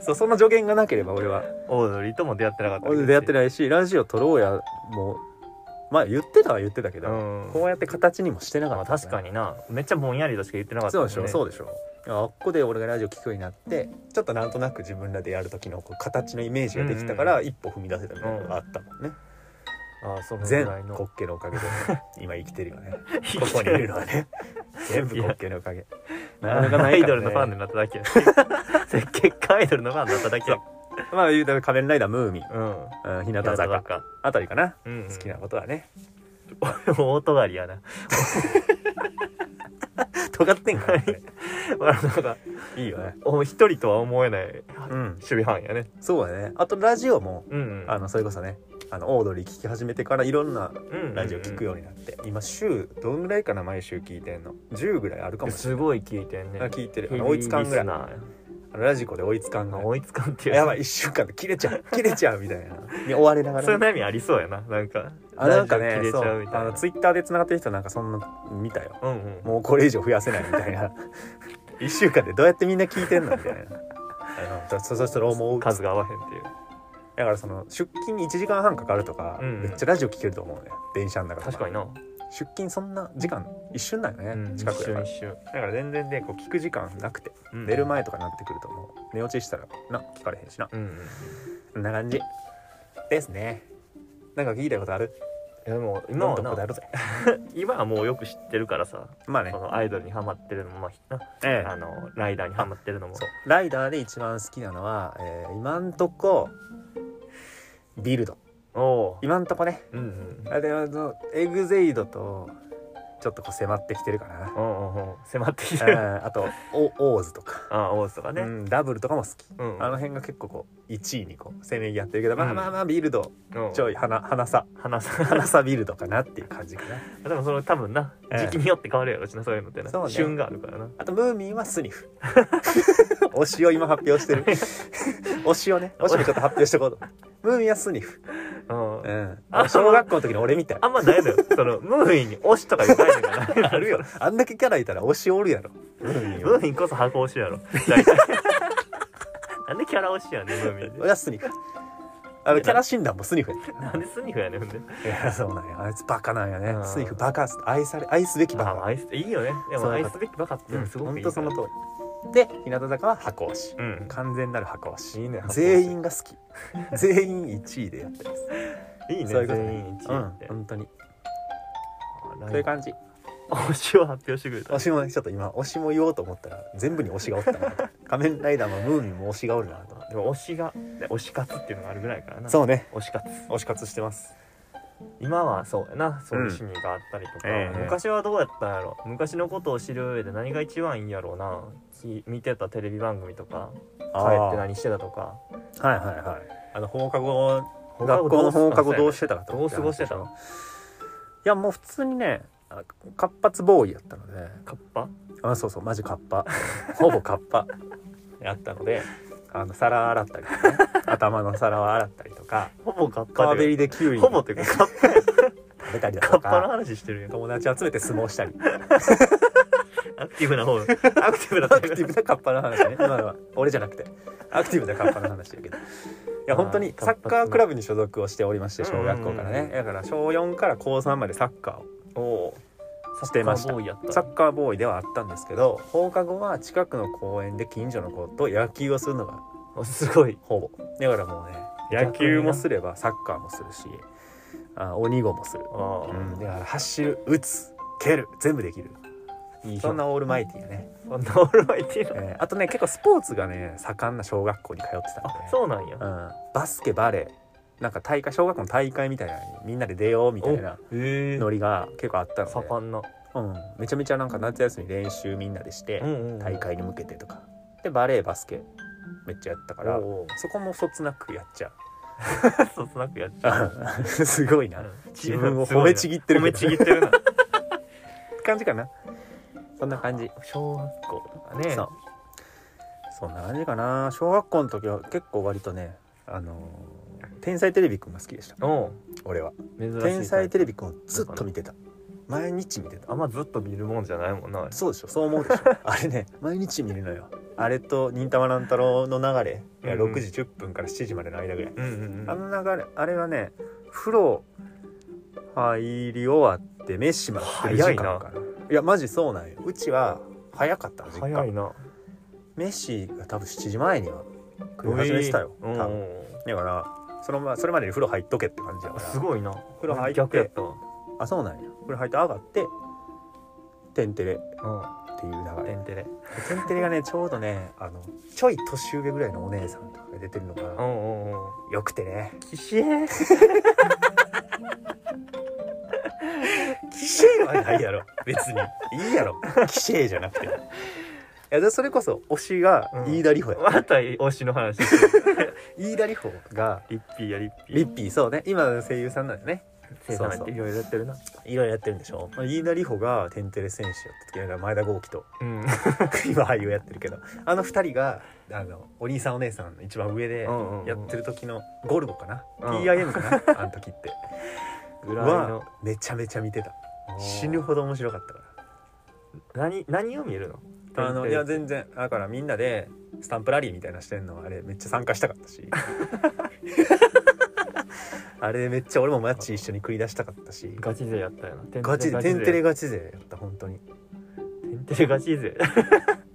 S2: そうその助言がなければ俺は
S1: オードリーとも出会ってなかった
S2: 俺出会って
S1: い
S2: ないしラジオ撮ろうやもうまあ言ってたは言ってたけ
S1: う
S2: ど、
S1: ん
S2: こうやって形にもしてなか
S1: ま
S2: っ
S1: あ
S2: た、
S1: 確かになめっちゃぼんやりとしか言ってなかった
S2: そう
S1: もん
S2: でしょ、そうでしょあここで俺がラジオ聞くようになってちょっとなんとなく自分らでやる時のこう形のイメージができたから、
S1: うん
S2: 一歩踏み出せたみたいなのがあったもんね、
S1: ああそのぐ
S2: 全
S1: らいの
S2: 滑稽のおかげで 今生きてるよね
S1: 生
S2: こ
S1: き
S2: こ
S1: て
S2: にいる
S1: る
S2: のはね全部滑稽のおかげ なかなか
S1: ア
S2: ない
S1: イ
S2: から、ね、
S1: ドルのファンになっただけや結果アイドルのファンになっただけや
S2: まあ言うたら仮面ライダームーミン、
S1: うん
S2: うん、日向坂あたりかな、
S1: うん
S2: 好きなことはね
S1: 大尖りやな
S2: 尖ってんからねこ
S1: あのなんか
S2: れいいよね
S1: お一人とは思えない
S2: うん
S1: 守備班やね
S2: そうだねあとラジオも
S1: うん
S2: あのそれこそねあのオードリー聞き始めてからいろんな
S1: うん
S2: ラジオ聞くようになって、今週どんぐらいかな毎週聞いてんの10ぐらいあるかもしれ
S1: すごい聞いてんね
S2: ないあ聞いてるあの追いつかんぐらいあのラジコで追いつかん
S1: あ
S2: が
S1: 追いつかんっていう
S2: やばい1週間で切れちゃう切れちゃうみたいなに追われなが
S1: そうい
S2: ら
S1: う
S2: ね、
S1: 悩みありそうやななんか
S2: あなんかね
S1: ラジオ切れ
S2: そ
S1: ちゃうみ
S2: う
S1: た
S2: あ
S1: い
S2: の
S1: な
S2: ツイッターで繋がってる人なんかそんな見たよ
S1: うんうん
S2: もうこれ以上増やせないみたい な1週間でどうやってみんな聞いてんのみたいなあのそそそれ思う
S1: 数が合わへんっていう
S2: だからその出勤に1時間半かかるとか、
S1: うん
S2: めっちゃラジオ聞けると思うね電車の中と
S1: 確かにな
S2: 出勤そんな時間一瞬だよね、
S1: うん
S2: 近く
S1: 一
S2: やか
S1: 瞬
S2: ら
S1: 一瞬
S2: だから全然ねこう聞く時間なくて、
S1: うん
S2: 寝る前とかになってくるともう寝落ちしたらな聞かれへんしな
S1: うんうん
S2: こんな感じですねなんか聞いたいことある
S1: いやでも今
S2: 今
S1: は
S2: とこ
S1: な
S2: だるぜ
S1: 今はもうよく知ってるからさ
S2: まあね
S1: そ、のアイドルにハマってるのもまあひ
S2: え
S1: あのライダーにハマってるのも
S2: そうライダーで一番好きなのは、えー今んとこビルド
S1: おお
S2: 今んとこね
S1: うんうん
S2: あれはのエグゼイドとちょっとこう迫ってきてるかな
S1: うんうんうん迫ってきて
S2: う
S1: る
S2: んあとおオーズとか、
S1: ああオースとかね
S2: うんダブルとかも好き、
S1: うんうん
S2: あの辺が結構こう1位にこうせめぎ合ってるけど、ま
S1: う
S2: あ
S1: ん
S2: まあまあビルド
S1: うん
S2: ちょい花花さ
S1: 話す
S2: 花さビルドかなっていう感じかな
S1: でもその多分な
S2: ええ
S1: 時期によって変わるやろしなそういうのって
S2: そう
S1: な
S2: ね
S1: 旬があるからな
S2: あとムーミンはスニ フ推しを今発表してる推しをね推しもちょっと発表してこうとムーミンはスニフ、
S1: うん
S2: うん、
S1: あ
S2: 小学校の時の俺みたい
S1: あんまないのよそのムーミンに推しとか言うタイプがない
S2: あるよあんだけキャラいたら推しおるやろムーミン
S1: ム
S2: は
S1: ーミンこそ箱推しやろ大体なんでキャラ推しやねんムーミン
S2: 俺はスニフあのキャラ診断もスニフやった
S1: なんでスニフやねんほんで
S2: いやそうなんやあいつバカなんやね、
S1: うん
S2: スイフバカっす愛され愛すべきバ
S1: まあ
S2: カ
S1: 愛すいいよねで
S2: そ
S1: も
S2: ういう
S1: 愛
S2: こと
S1: すべきバカっていうのすご
S2: ほ
S1: く
S2: ん
S1: いい
S2: と
S1: から
S2: その通りで日向坂は箱推し
S1: うん
S2: 完全なる箱推し
S1: いいね箱推し
S2: 全員が好 き全員1位でやってます
S1: いいね
S2: そういうこと
S1: 全員一
S2: う
S1: 位
S2: ん
S1: って
S2: 本当に
S1: あ
S2: そういう感じ
S1: 推しを発表してくれた
S2: 推しもねちょっと今推しも言おうと思ったら全部に推しがおった なと仮面ライダーもムーミンも推しがおるなと
S1: でも推しがで推し活っていうのがあるぐらいからな
S2: そうね
S1: 推し活
S2: 推し活してます
S1: 今はそうやなそういう趣味があったりとか、
S2: ええ
S1: 昔はどうやったんやろ昔のことを知る上で何が一番いいんやろうなき見てたテレビ番組とか
S2: 帰
S1: 帰って何してたとか
S2: はいはいはいあの放課後
S1: 他を
S2: 学校の放課後どう
S1: し
S2: してたかと
S1: どう過ごしてた
S2: い
S1: の
S2: やもう普通にねあ活発ボーイやったので
S1: カッパ
S2: あそうそうマジカッパほぼカッパやったのであの皿洗ったりとか、ね、頭の皿を洗ったりとか
S1: ほぼカッパ
S2: 川べ
S1: で
S2: りでキウイ
S1: ほぼっていうかカッパや
S2: 食べたりだ
S1: カッ
S2: と
S1: パの
S2: か
S1: 話してるやん
S2: 友達集めて相撲したり
S1: アクティブな方アクティブな
S2: ア
S1: タ
S2: ク
S1: イプ
S2: ティブなカッパの話ね今のは俺じゃなくてアクティブなカッパの話だけどいや本当にサッカークラブに所属をしておりまして小学校から
S1: うんうん
S2: ね
S1: うん
S2: だから小4から高3までサッカーを
S1: お
S2: してました
S1: ボーイやった
S2: サッカーボーイではあったんですけど放課後は近くの公園で近所の子と野球をするのが
S1: おすごい
S2: ほぼだからもうね野球もすればサッカーもするしあ鬼ごもする、
S1: ああ、
S2: うん、だから走る打つ蹴る全部できる
S3: いい
S2: そん
S3: な
S2: なオールマイティーね、
S1: そんなオールマイティーな
S2: えーあとね結構スポーツがね盛んな小学校に通ってたんで
S1: あそうなんや
S2: う、ん、バスケバレーなんか大会小学校の大会みたいなのにみんなで出ようみたいな
S1: へえ
S2: ノリが結構あったので、
S1: 盛んな
S2: うん、めちゃめちゃなんか夏休み練習みんなでして
S1: ん
S2: 大会に向けてとかでバレーバスケめっちゃやったから
S1: おうおう
S2: そこもそつなくやっちゃう
S1: そつなくやっちゃう
S2: あ すごいな自分を褒めちぎってる
S1: 褒めちぎって るな
S2: 感じかなそんな感じ
S1: 小学校とかね
S2: そうそんな感じかな小学校の時は結構割とねあのー天才テレビくんが好きでした
S1: おう
S2: 俺は
S1: 珍しい
S2: 天才テレビくんをずっと見てた毎日見てた
S1: あんまずっと見るもんじゃないもんな
S2: そうでしょそう思うでしょ あれね毎日見るのよあれと「忍たま乱太郎」の流れいや
S1: うんうん
S2: 6時10分から7時までの間ぐらい、
S1: うんうん
S2: あの流れあれはね風呂入り終わって飯まで
S1: 早
S2: 9時
S1: いな
S2: 間かないやマジそうなんようちは早かったの実
S1: 早い
S2: 家
S1: な
S2: 飯が多分7時前には食い始めてたよ、
S1: うん
S2: 多分だからそのまそれまでに風呂入っとけって感じだか
S1: あ
S2: ら
S1: すごいな
S2: 風呂入って
S1: 逆やったわ
S2: あそうなんや風呂入って上がって天てれっていう
S1: う
S2: 流れ
S1: んテンテレ
S2: テンテレがねちょうどねあのちょい年上ぐらいのお姉さんとかが出てるの
S1: う
S2: が
S1: んうんうん
S2: よくてね
S1: きしえ
S2: キシェはないやろ別にいいやろキシェじゃなくていやでそれこそ推しが
S1: うん
S2: 飯田里穂や、
S1: また推しの 話
S2: 飯田里穂が
S1: リッピーやリッピー
S2: リッピーそうね今の声優さんなんだよね
S1: 生産っていろいろやってるない
S2: ろいろやってるんでしょ飯田里穂が天てれ選手やった時だから前田豪輝と
S1: うん
S2: 今俳優やってるけどあの二人があのお兄さんお姉さんの一番上でやってる時のゴルゴかな、
S1: うん
S2: TIM かなあの時 って
S1: ぐらいの
S2: はめちゃめちゃ見てた死
S1: 死
S2: ぬ
S1: ぬ
S2: ほど面白かったから。
S1: 何何を見るの
S2: あのいや
S1: 全
S2: 全然だからみんなでスタンプラリーみたいなしてんのあれめっちゃ参加したかったしあれめっちゃ俺もマッチ一緒に繰り出したかったし
S1: ガチ勢やったよな
S2: ガチでテンテレ
S1: ガ
S2: ガチ勢やった本当に
S1: テンテレガチ勢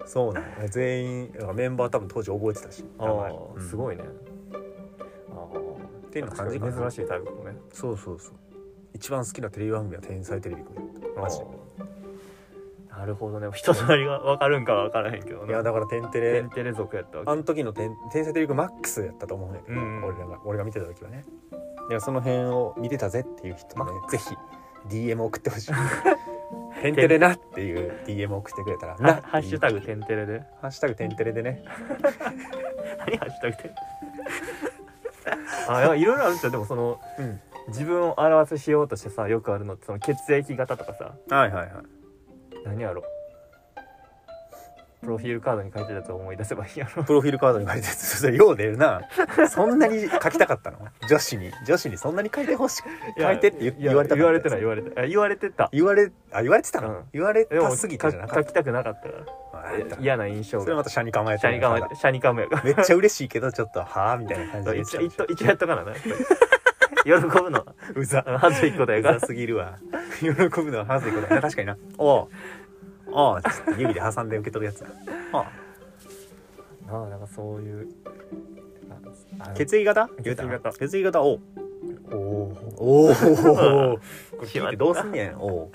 S2: そうなの全員だからメンバー多分当時覚えてたし
S1: ああ、
S2: うん
S1: すごいねあ
S2: っていうの感じか
S1: あ
S2: な
S1: 珍しいタイプかもね
S2: そうそうそう一番好きなテレビ番組は「天才テレビくん」マジで
S1: ああなるほどね人となりが分かるんかは分からへんけど
S2: いや
S1: な
S2: だから「天テ
S1: テ
S2: レ
S1: ンテレ族やった」わ
S2: あ
S1: け
S2: の時の天「天才テレビくん」マックスやったと思うんだけど、
S1: うんうん
S2: 俺らが俺が見てた時はねいやその辺を見てたぜっていう人ね
S1: ま
S2: ぜひ DM 送ってほ しい「テンテレな」っていう DM 送ってくれたら「な」
S1: はハッシュタグテンテレで
S2: ハッシュタグテンテレ」でね
S1: 何ハッシュタグってあいやいろいろあるんですよでもその
S2: うん
S1: 自分を表せしようとしてさよくあるのってその血液型とかさ
S2: はいはいはい
S1: 何やろプロフィールカードに書いてたやつを思い出せばいいやろ
S2: プロフィールカードに書いてるそれよう出るなそんなに書きたかったの女子に女子にそんなに書いてほしい書いてって言
S1: や
S2: 言われたか
S1: 言われてない
S2: い
S1: 言われてないあ言われてた
S2: 言われあ言われてたの、
S1: うん
S2: 言われ
S1: で
S2: た
S1: も
S2: すぎたじゃな
S1: か
S2: かっ
S1: 書きたくなかったから
S2: たあやった
S1: 嫌な印象
S2: それ
S1: が
S2: またシャニカマやっ
S1: シ
S2: た
S1: ャニカム
S2: ま
S1: や
S2: だ
S1: シャニカムやから
S2: めっちゃ嬉しいけどちょっとはあみたいな感じで言っ
S1: 一
S2: ちゃ
S1: 応
S2: う
S1: 一応一応やっとかななやっぱり喜ぶの は
S2: うざ
S1: うん恥ずいことや
S2: う
S1: から
S2: ざすぎるわ 喜ぶのは恥ずいことやな確かになおうおうちょっと指で挟んで受け取るやつだおう
S1: なあなんかそういうああの
S2: 血液型言うた
S1: 血液型
S2: 血液型おう
S1: お
S2: おう
S1: お
S2: これ
S1: し
S2: 聞
S1: ま
S2: い
S1: ってた
S2: どうすんねんおうおう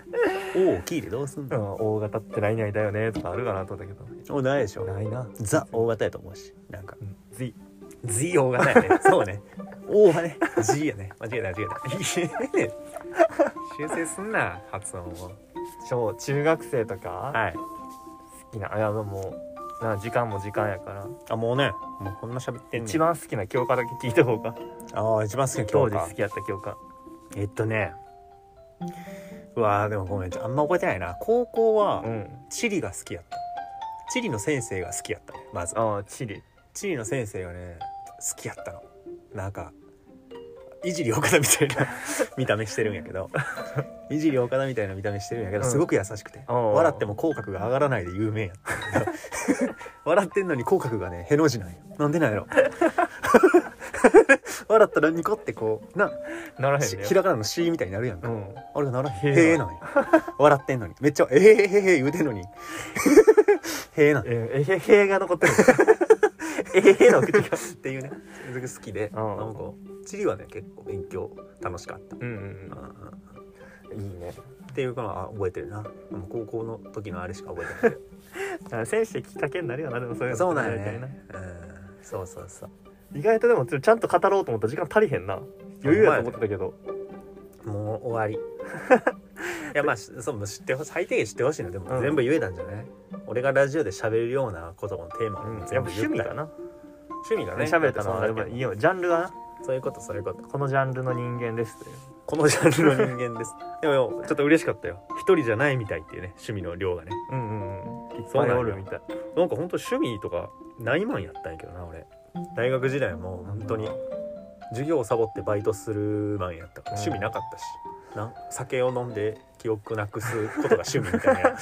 S2: 聞いてどうすん
S1: う
S2: ねん
S1: ん大型って何々だよねとかあるかなと思ったけ
S2: おうないでしょ
S1: どないな
S2: ザ大型やと思うしなんか
S1: うんつい
S2: Z 大型やね そうね O はね G やね間違えた間違えた いいね修正すんな発音を
S1: 小中学生とか
S2: はい
S1: 好きないやもうなあ時間も時間やから
S2: あもうねもうこんな喋ってんねん
S1: 一番好きな教科だけ聞いた方が
S2: ああ一番好きな
S1: 当
S2: 教
S1: 時
S2: 科
S1: 好きやった教科
S2: えっとねうわーでもごめんあんま覚えてないな高校は
S1: うん
S2: 地理が好きやった地理の先生が好きやったねまず
S1: ああ地理
S2: 地理の先生がね好きやったのなんかいじり岡田みたい な見た目してるんやけどいじり岡田みたいな見た目してるんやけど、
S1: うん
S2: すごく優しくて
S1: あー
S2: 笑っても口角が上がらないで有名やったんやけど笑ってんのに口角がねへの字なんよなんでなんやろ 笑ったらニコってこうな
S1: ならへん
S2: し
S1: ね
S2: ひらがなの「し」みたいになるやんか、
S1: うん
S2: あれがならへん
S1: へ
S2: へ
S1: え
S2: えなんや笑ってんのにめっちゃ「えへへへへ」言うてんのにへえなんや
S1: ええへへが残ってるえへへの口が
S2: っていうねそれが好きで
S1: ん
S2: なんか地理はね結構勉強楽しかった、
S1: うんうん
S2: うんうん
S1: うんいいね
S2: っていうかは覚えてるなうん高校の時のあれしか覚えて
S1: あ選手ってきっかけになるよなでもそうい
S2: ない
S1: うの
S2: そうなんやね
S1: 大体な
S2: うんそうそうそう
S1: 意外とでもちゃんと語ろうと思ったら時間足りへんな余裕やと思ってたけど
S2: もう終わり いやまあしそうもう知ってほ最低限知ってほしいのでも、
S1: うん
S2: 全部言えたんじゃない俺がラジオで喋るようなことのテーマ
S1: うんや
S2: を
S1: っぱ
S2: 全部
S1: 趣
S2: 言
S1: 味
S2: った
S1: か
S2: よ
S1: な
S2: 趣味だね
S1: 喋れたのは
S2: だ
S1: や
S2: っ
S1: ってぱ
S2: そ
S1: いういよジャンルは
S2: そういうことそういうこと
S1: このジャンルの人間ですという
S2: このジャンルの人間です でもよちょっと嬉しかったよ一人じゃないみたいっていうね趣味の量がね
S1: うんうんうんいっ
S2: そうな
S1: ぱ
S2: ん
S1: い
S2: や
S1: おるみたい
S2: なんかほんと趣味とかないマンやったんやけどな俺大学時代も本当に授業をサボってバイトするマンやったから
S1: うん
S2: 趣味なかったし、な酒を飲んで記憶なくすことが趣味みた いな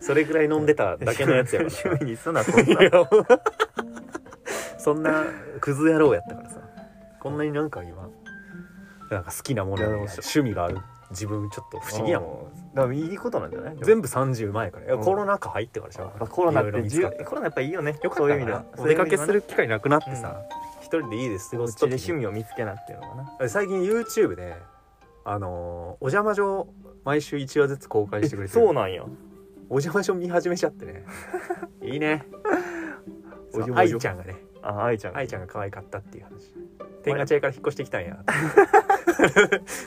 S2: それぐらい飲んでただけのやつやから
S1: 趣味にすなそんない
S2: やそんなクズ野郎やったからさこんなになんか今なんか好きなものやのに趣味がある自分ちょっと不思議やもん
S1: んだからいいことなんじゃない
S2: 全部30前からいや
S1: うん
S2: コロナ禍入ってからじゃ
S1: や
S2: ん
S1: っぱコロナっ
S2: いろいろ
S1: て
S2: 見
S1: じ
S2: つ
S1: ゅ
S2: か
S1: う
S2: った
S1: コロナやっぱいいよね
S2: よか
S1: そ
S2: っ
S1: ういう
S2: た
S1: 意味では
S2: なお出かけす
S1: そういう意味ではね
S2: る機会なくなってさ一人でいいです過
S1: お
S2: ご
S1: 家
S2: す時
S1: で
S2: に
S1: 趣味を見つけなっていうのかな
S2: 最近 YouTube であのーお邪魔女毎週1話ずつ公開してくれてる
S1: そうなんや
S2: お邪魔女見始めちゃって ねいいね
S1: お邪魔女
S2: 愛ちゃんがね
S1: あ愛ちゃん
S2: 愛
S1: ち
S2: ちゃんが可愛かったっていう話天下茶屋から引っ越してきた んや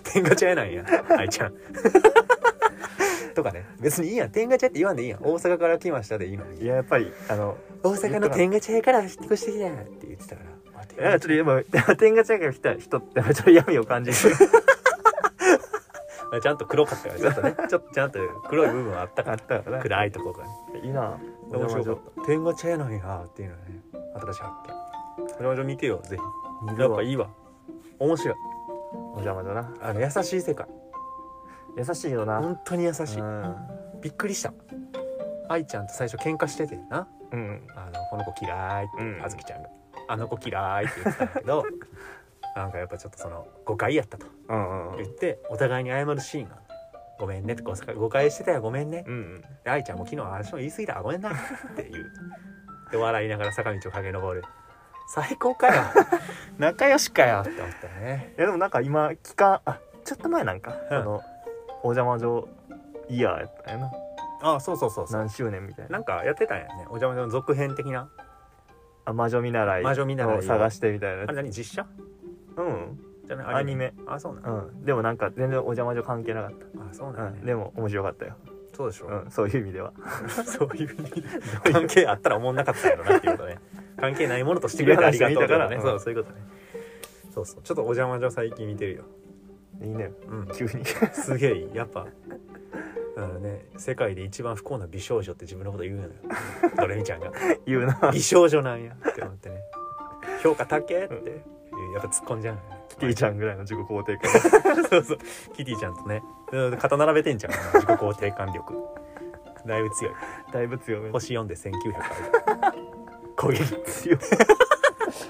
S2: 天下茶屋なんや愛ちゃんとかね別にいいやん天下茶屋って言わんでいいやん大阪から来ましたでいいのに
S1: いややっぱりあの
S2: 大阪の天下茶屋から引っ越してきたんやって言ってたからあ
S1: いやちょっと 今天が違う人人って ちょっと闇を感じる
S2: あちゃんと黒かったからちょっと ねちょっとちゃんと黒い部分はあったか
S1: あ
S2: ら
S1: ったから
S2: 暗いとこがね
S1: いいなお
S2: 面
S1: 邪魔
S2: 白
S1: 女
S2: かった天狗茶屋なんやっていうのはね新しい発見お邪魔見てよぜ
S1: 見
S2: ひやっ
S1: るわ
S2: ぱいいわ面白い
S1: お邪魔女な
S2: あの優しい世界
S1: 優しいよな
S2: 本当に優しい
S1: うん
S2: びっくりした愛ちゃんと最初喧嘩しててな
S1: うん
S2: あのこの子嫌いって、
S1: うん
S2: あずきちゃんがあの子嫌いって言ってたんだ けどなんかやっぱちょっとその誤解やったと
S1: うんうん
S2: 言ってお互いに謝るシーンがごめんねって誤解誤解してたよごめんね
S1: うん
S2: で愛ちゃんも昨日あれ言い過ぎたごめんなって いうで笑いながら坂道を駆け上る最高かよ仲良しかよって思ったね
S1: いやでもなんか今期間あちょっと前なんか
S2: うん
S1: あのお邪魔女イヤーやったんやな
S2: あそうそうそう
S1: 何周年みたいな
S2: なんかやってたんやねお邪魔女の続編的な
S1: あ魔女見習い
S2: 魔女見習いを
S1: を探してみたいな
S2: あ
S1: や
S2: れ
S1: つ
S2: 何実写
S1: うん
S2: じゃない
S1: アニメ
S2: あそうな、
S1: うんんでもなんか全然お邪魔女関係なかっ
S2: あそう
S1: た
S2: な
S1: うんん
S2: ね、
S1: でも面白かったよ
S2: そうでしょ、
S1: うんそういう意味では
S2: そういう意味で関係あったら思んなかったやろなっていうこと ね関係ないものとしてくれてありがとうとかね
S1: うん
S2: そうそういうことねそうそうちょっとお邪魔女最近見てるよ
S1: いいね
S2: うん
S1: 急に
S2: すげえいいやっぱあのね世界で一番不幸な美少女って自分のこと言うのよドレミち ゃんが
S1: 言うな
S2: 美少女なんやって思ってね評価高えってやっぱ突っ込んじゃうのよ
S1: キティちゃんぐらいの自己肯定感
S2: そうそうキティちゃんとねうん肩並べてんじゃん自己肯定感力だいぶ強い
S1: だいぶ強め
S2: 星4で1900ある攻撃
S1: 強い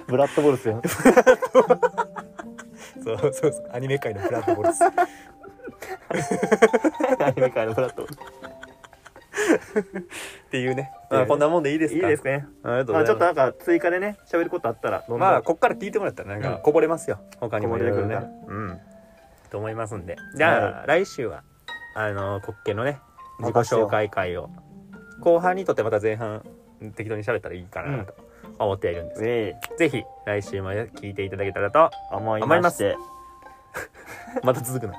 S1: ブラッドボルスやん
S2: そうそうそうアニメ界のブラッドボルス
S1: アニメ界のブラッドボルス
S2: っていうね、
S1: うん
S2: まあこんなもんでいいですか
S1: いいですね
S2: ありがとう
S1: ま
S2: ご
S1: あち
S2: ざ
S1: ょ
S2: いま
S1: っと
S2: す
S1: なんか追加でね喋ることあったらどんどん
S2: まあこっから聞いてもらったらなんか
S1: うん
S2: こぼれますよ、他にも
S1: こぼれてくる
S2: いろ
S1: か
S2: い
S1: ら
S2: ろねうんと思いますんでじゃあ、来週はあの国慶のね自己紹介会を後半にとってまた前半適当に喋ったらいいかなと思っているんです、
S1: ええ
S2: ぜひ来週も聞いていただけたらと
S1: 思い
S2: 思いま
S1: ますして
S2: また続くな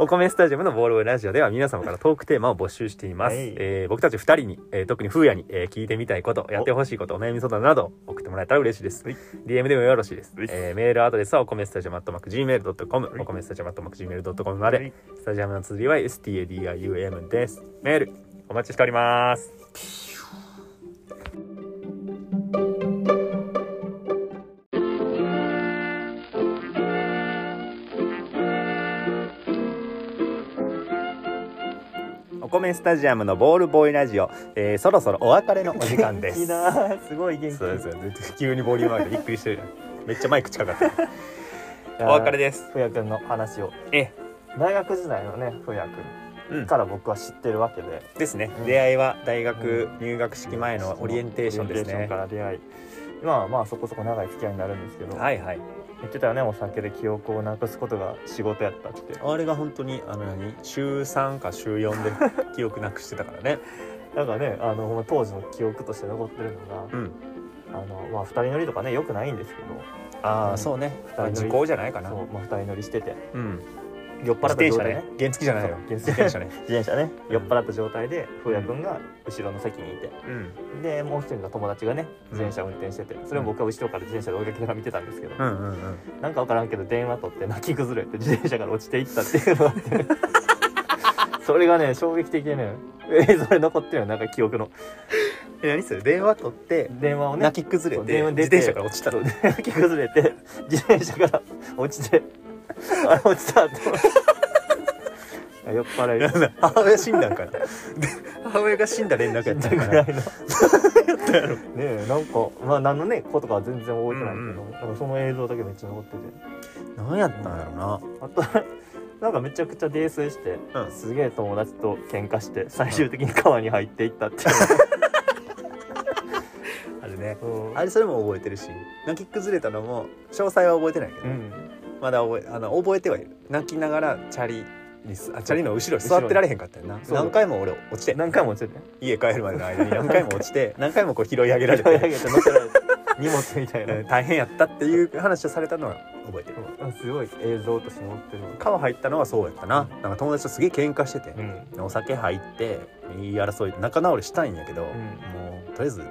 S2: お米スタジアムのボールボーイラジオでは皆様からトークテーマを募集しています、
S1: はい
S2: えー僕たち2人に、えー特に風也に、えー聞いてみたいことやってほしいことお悩み相談など送ってもらえたら嬉しいです、
S1: はい
S2: DM でもよろしいです、
S1: はい
S2: えーメールアドレスはお米スタジアムアットマーク Gmail.com、
S1: はい
S2: お米スタジアムアットマーク Gmail.com まで、スタジアムの綴りは STADIUM ですメールお待ちしております
S4: お米スタジアムのボールボーイラジオ、えーそろそろお別れのお時間で
S1: いい
S4: す。
S1: なあすごい元気
S2: そうですよ急にボリューム上げてびっくりしてるじゃんめっちゃマイク近かったお別れ
S1: で
S2: です
S1: ふやくんの話を
S2: ええ
S1: 大学時代のねふやく
S2: うん
S1: んから僕は知ってるわけで
S2: ですね、
S1: うん
S2: 出会いは大学入学式前のオリエンテーションです
S1: オリエンテーション
S2: ね
S1: から出会いまあまあそこそこ長い付き合いになるんですけど
S2: はいはい
S1: 言ってたよねお酒で記憶をなくすことが仕事やったって
S2: あれが本当にあの何週3か週4で 記憶なくしてたからね
S1: なんかねあのほんま当時の記憶として残ってるのが、
S2: うん
S1: あのまあ、2人乗りとかねよくないんですけど
S2: ああ、
S1: うん
S2: そうねまあ
S1: 二人乗
S2: 時
S1: り
S2: 効じゃないかな
S1: そう、まあ、2人乗りしてて
S2: うん
S1: 酔っ払った
S2: 自転車
S1: 状態
S2: ね
S1: ね
S2: 原付じゃないよ
S1: そう原
S2: 自
S1: 付
S2: 転車ね
S1: 自転車ね酔っ払った状態で風也くんが後ろの席にいて
S2: うん
S1: でもう一人の友達がね
S2: うん
S1: 自転車運転しててそれを僕は後ろから自転車で追いかけながら見てたんですけど、
S2: うんうんうん
S1: なんか分からんけど電話取って泣き崩れて自転車から落ちていったっていう のがあってそれがね衝撃的でね映像で残ってるよなんか記憶の
S2: え何それ電話取って
S1: 電話をね
S2: 泣き崩れ
S1: そう
S2: て
S1: 電話
S2: 自
S1: 出
S2: 転
S1: て
S2: 車から落 ちた
S1: そう泣き崩れて自転車から落ちてあれ落ちたって 酔っ払 い
S2: なんだ母親死んだんかなで 母親が死んだ連絡やったん
S1: ぐ
S2: からない
S1: のねえなんかまあ何のねことかは全然覚えてないけど、なんかその映像だけめっちゃ残ってて
S2: 何やったんやろな
S1: あと なんかめちゃくちゃ泥酔して、
S2: うん
S1: すげえ友達と喧嘩して最終的に川に入っていったっていう
S2: あれ ね
S1: うん
S2: あれそれも覚えてるし泣き崩れたのも詳細は覚えてないけど、
S1: うん
S2: まだ覚えあの覚えてはいる泣きながらチャリにすあチャリの後ろに座ってられへんかったよな
S1: そう
S2: 何回も俺落ちて
S1: 何回も落ちてね
S2: 家帰るまでの間に何回も落ちて何回もこう拾い上げられ
S1: 拾い上
S2: て
S1: げて乗せられて荷物みた いな、
S2: うん大変やったっていう話をされたのは覚えてる
S1: うんすごい映像として残ってる
S2: 川入ったのはそうやったななんか友達とすげえ喧嘩してて
S1: う、ん
S2: お酒入って言い争い仲直りしたいんやけど、
S1: ん
S2: もうとりあえず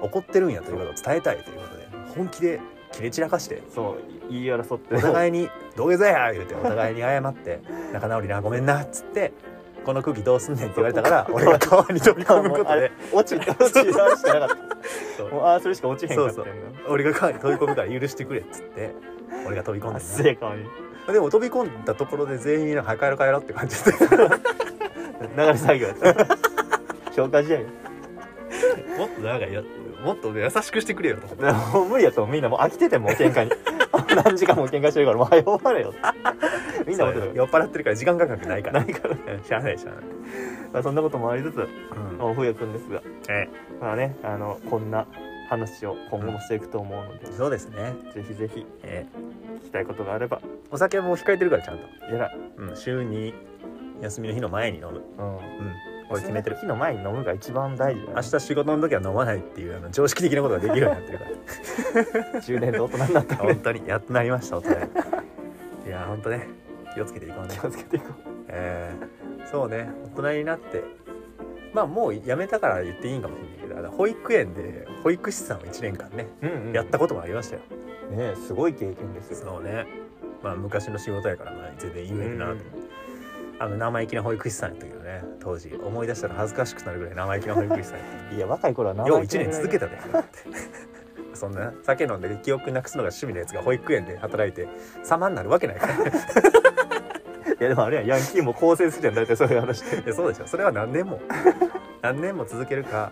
S2: 怒ってるんやということを伝えたいということで本気で切れ散らかして
S1: そう言い争って
S2: お互いに「土下座や!」言うてお互いに謝って「仲直りなごめんな」っつって「この空気どうすんねん」って言われたから 俺が川に飛び込むこと
S1: あ
S2: で
S1: れ落ち落ち出してなかった
S2: そう
S1: もうああそれしか落ちへんかったんや
S2: 俺が川に飛び込むから許してくれっつって俺が飛び込ん
S1: あ
S2: だ
S1: っ
S2: ん
S1: せえ顔に
S2: だでも飛び込んだところで全員なんか帰ろう帰ろうって感じで
S1: 流れ作業やった消化試合
S2: もっとなんかやもっとね優しくしてくれよと思って
S1: でももう無理やと思うみんなもう飽きててもう喧嘩に 何時間も喧嘩してるからもう早終われよってみんな思って
S2: そう
S1: る
S2: 酔っ払ってるから時間感覚ないから
S1: ないから、
S2: うん知らない知らない、
S1: まあ、そんなこともありつつ
S2: うん
S1: まあふうやくんですが
S2: え
S1: まあねあのこんな話を今後もしていくと思うので、
S2: えそうですね、
S1: ぜひぜひ
S2: ええ
S1: 聞きたいことがあれば
S2: お酒はもう控えてるからちゃんと、
S1: えらい、
S2: うん、週に休みの日の前に飲む
S1: うん、
S2: うん俺決めてる
S1: 日の前に飲むが一番大事だよ
S2: 明日仕事の時は飲まないっていうあの常識的なことができるようになってるか
S1: 10年で大人になった
S2: ら本当にやっとなりました大人に いや本当ね気をつけていこうね
S1: 気、をつけていこ
S2: えーそうね大人になってまあもうやめたから言っていいんかもしれないけどあの保育園で保育士さんを1年間ね
S1: う、うん
S2: やったこともありましたよ、
S1: ねすごい経験ですよ
S2: そうねまあ昔の仕事やからまあ全然言えるなと、
S1: うん
S2: あの生意気な保育士さんやったけどね当時思い出したら恥ずかしくなるぐらい生意気な保育士さんやった
S1: いや若い頃はな
S2: よう1年続け
S1: た
S2: たで そんな酒飲んで記憶なくすのが趣味のやつが保育園で働いて様になるわけないから
S1: いやでもあれやんヤンキーも構成するじゃん大体そういう話って
S2: いやそうでしょそれは何年も何年も続けるか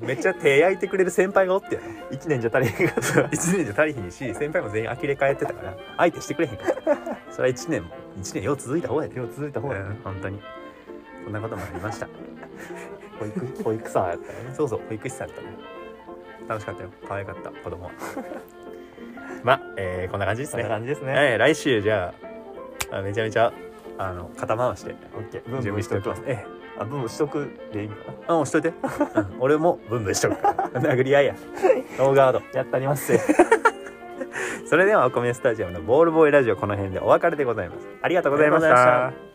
S2: いめっちゃ手焼いてくれる先輩がおってや ろ
S1: 1年じゃ足りへんかっ
S2: 1年じゃ足りひんし先輩も全員呆れ返ってたから相手してくれへんからそれは1年も1年よう続いた方やで
S1: たよう続いた方が、
S2: うん本当にそんなこともありました
S1: 保育保育さんやったよね
S2: そうそう保育士さんだったね楽しかったよ可愛かった子供はまあ、えーこんな感じです
S1: そん
S2: ね
S1: な感じですね、
S2: ええ来週じゃああめちゃめちゃあの肩回して
S1: オッケーブ
S2: 準
S1: ン
S2: 備
S1: ブン
S2: し
S1: してて
S2: おきま
S1: おきますす
S2: え
S1: あブンブンしとくでいいんかな
S2: えあもうしといて、うん俺もブンブンしとく から殴り合いやノーガード
S1: やったりますせ
S2: それではお米スタジアムのボールボーイラジオこの辺でお別れでございますありがとうございまし
S1: ありがとうございましたた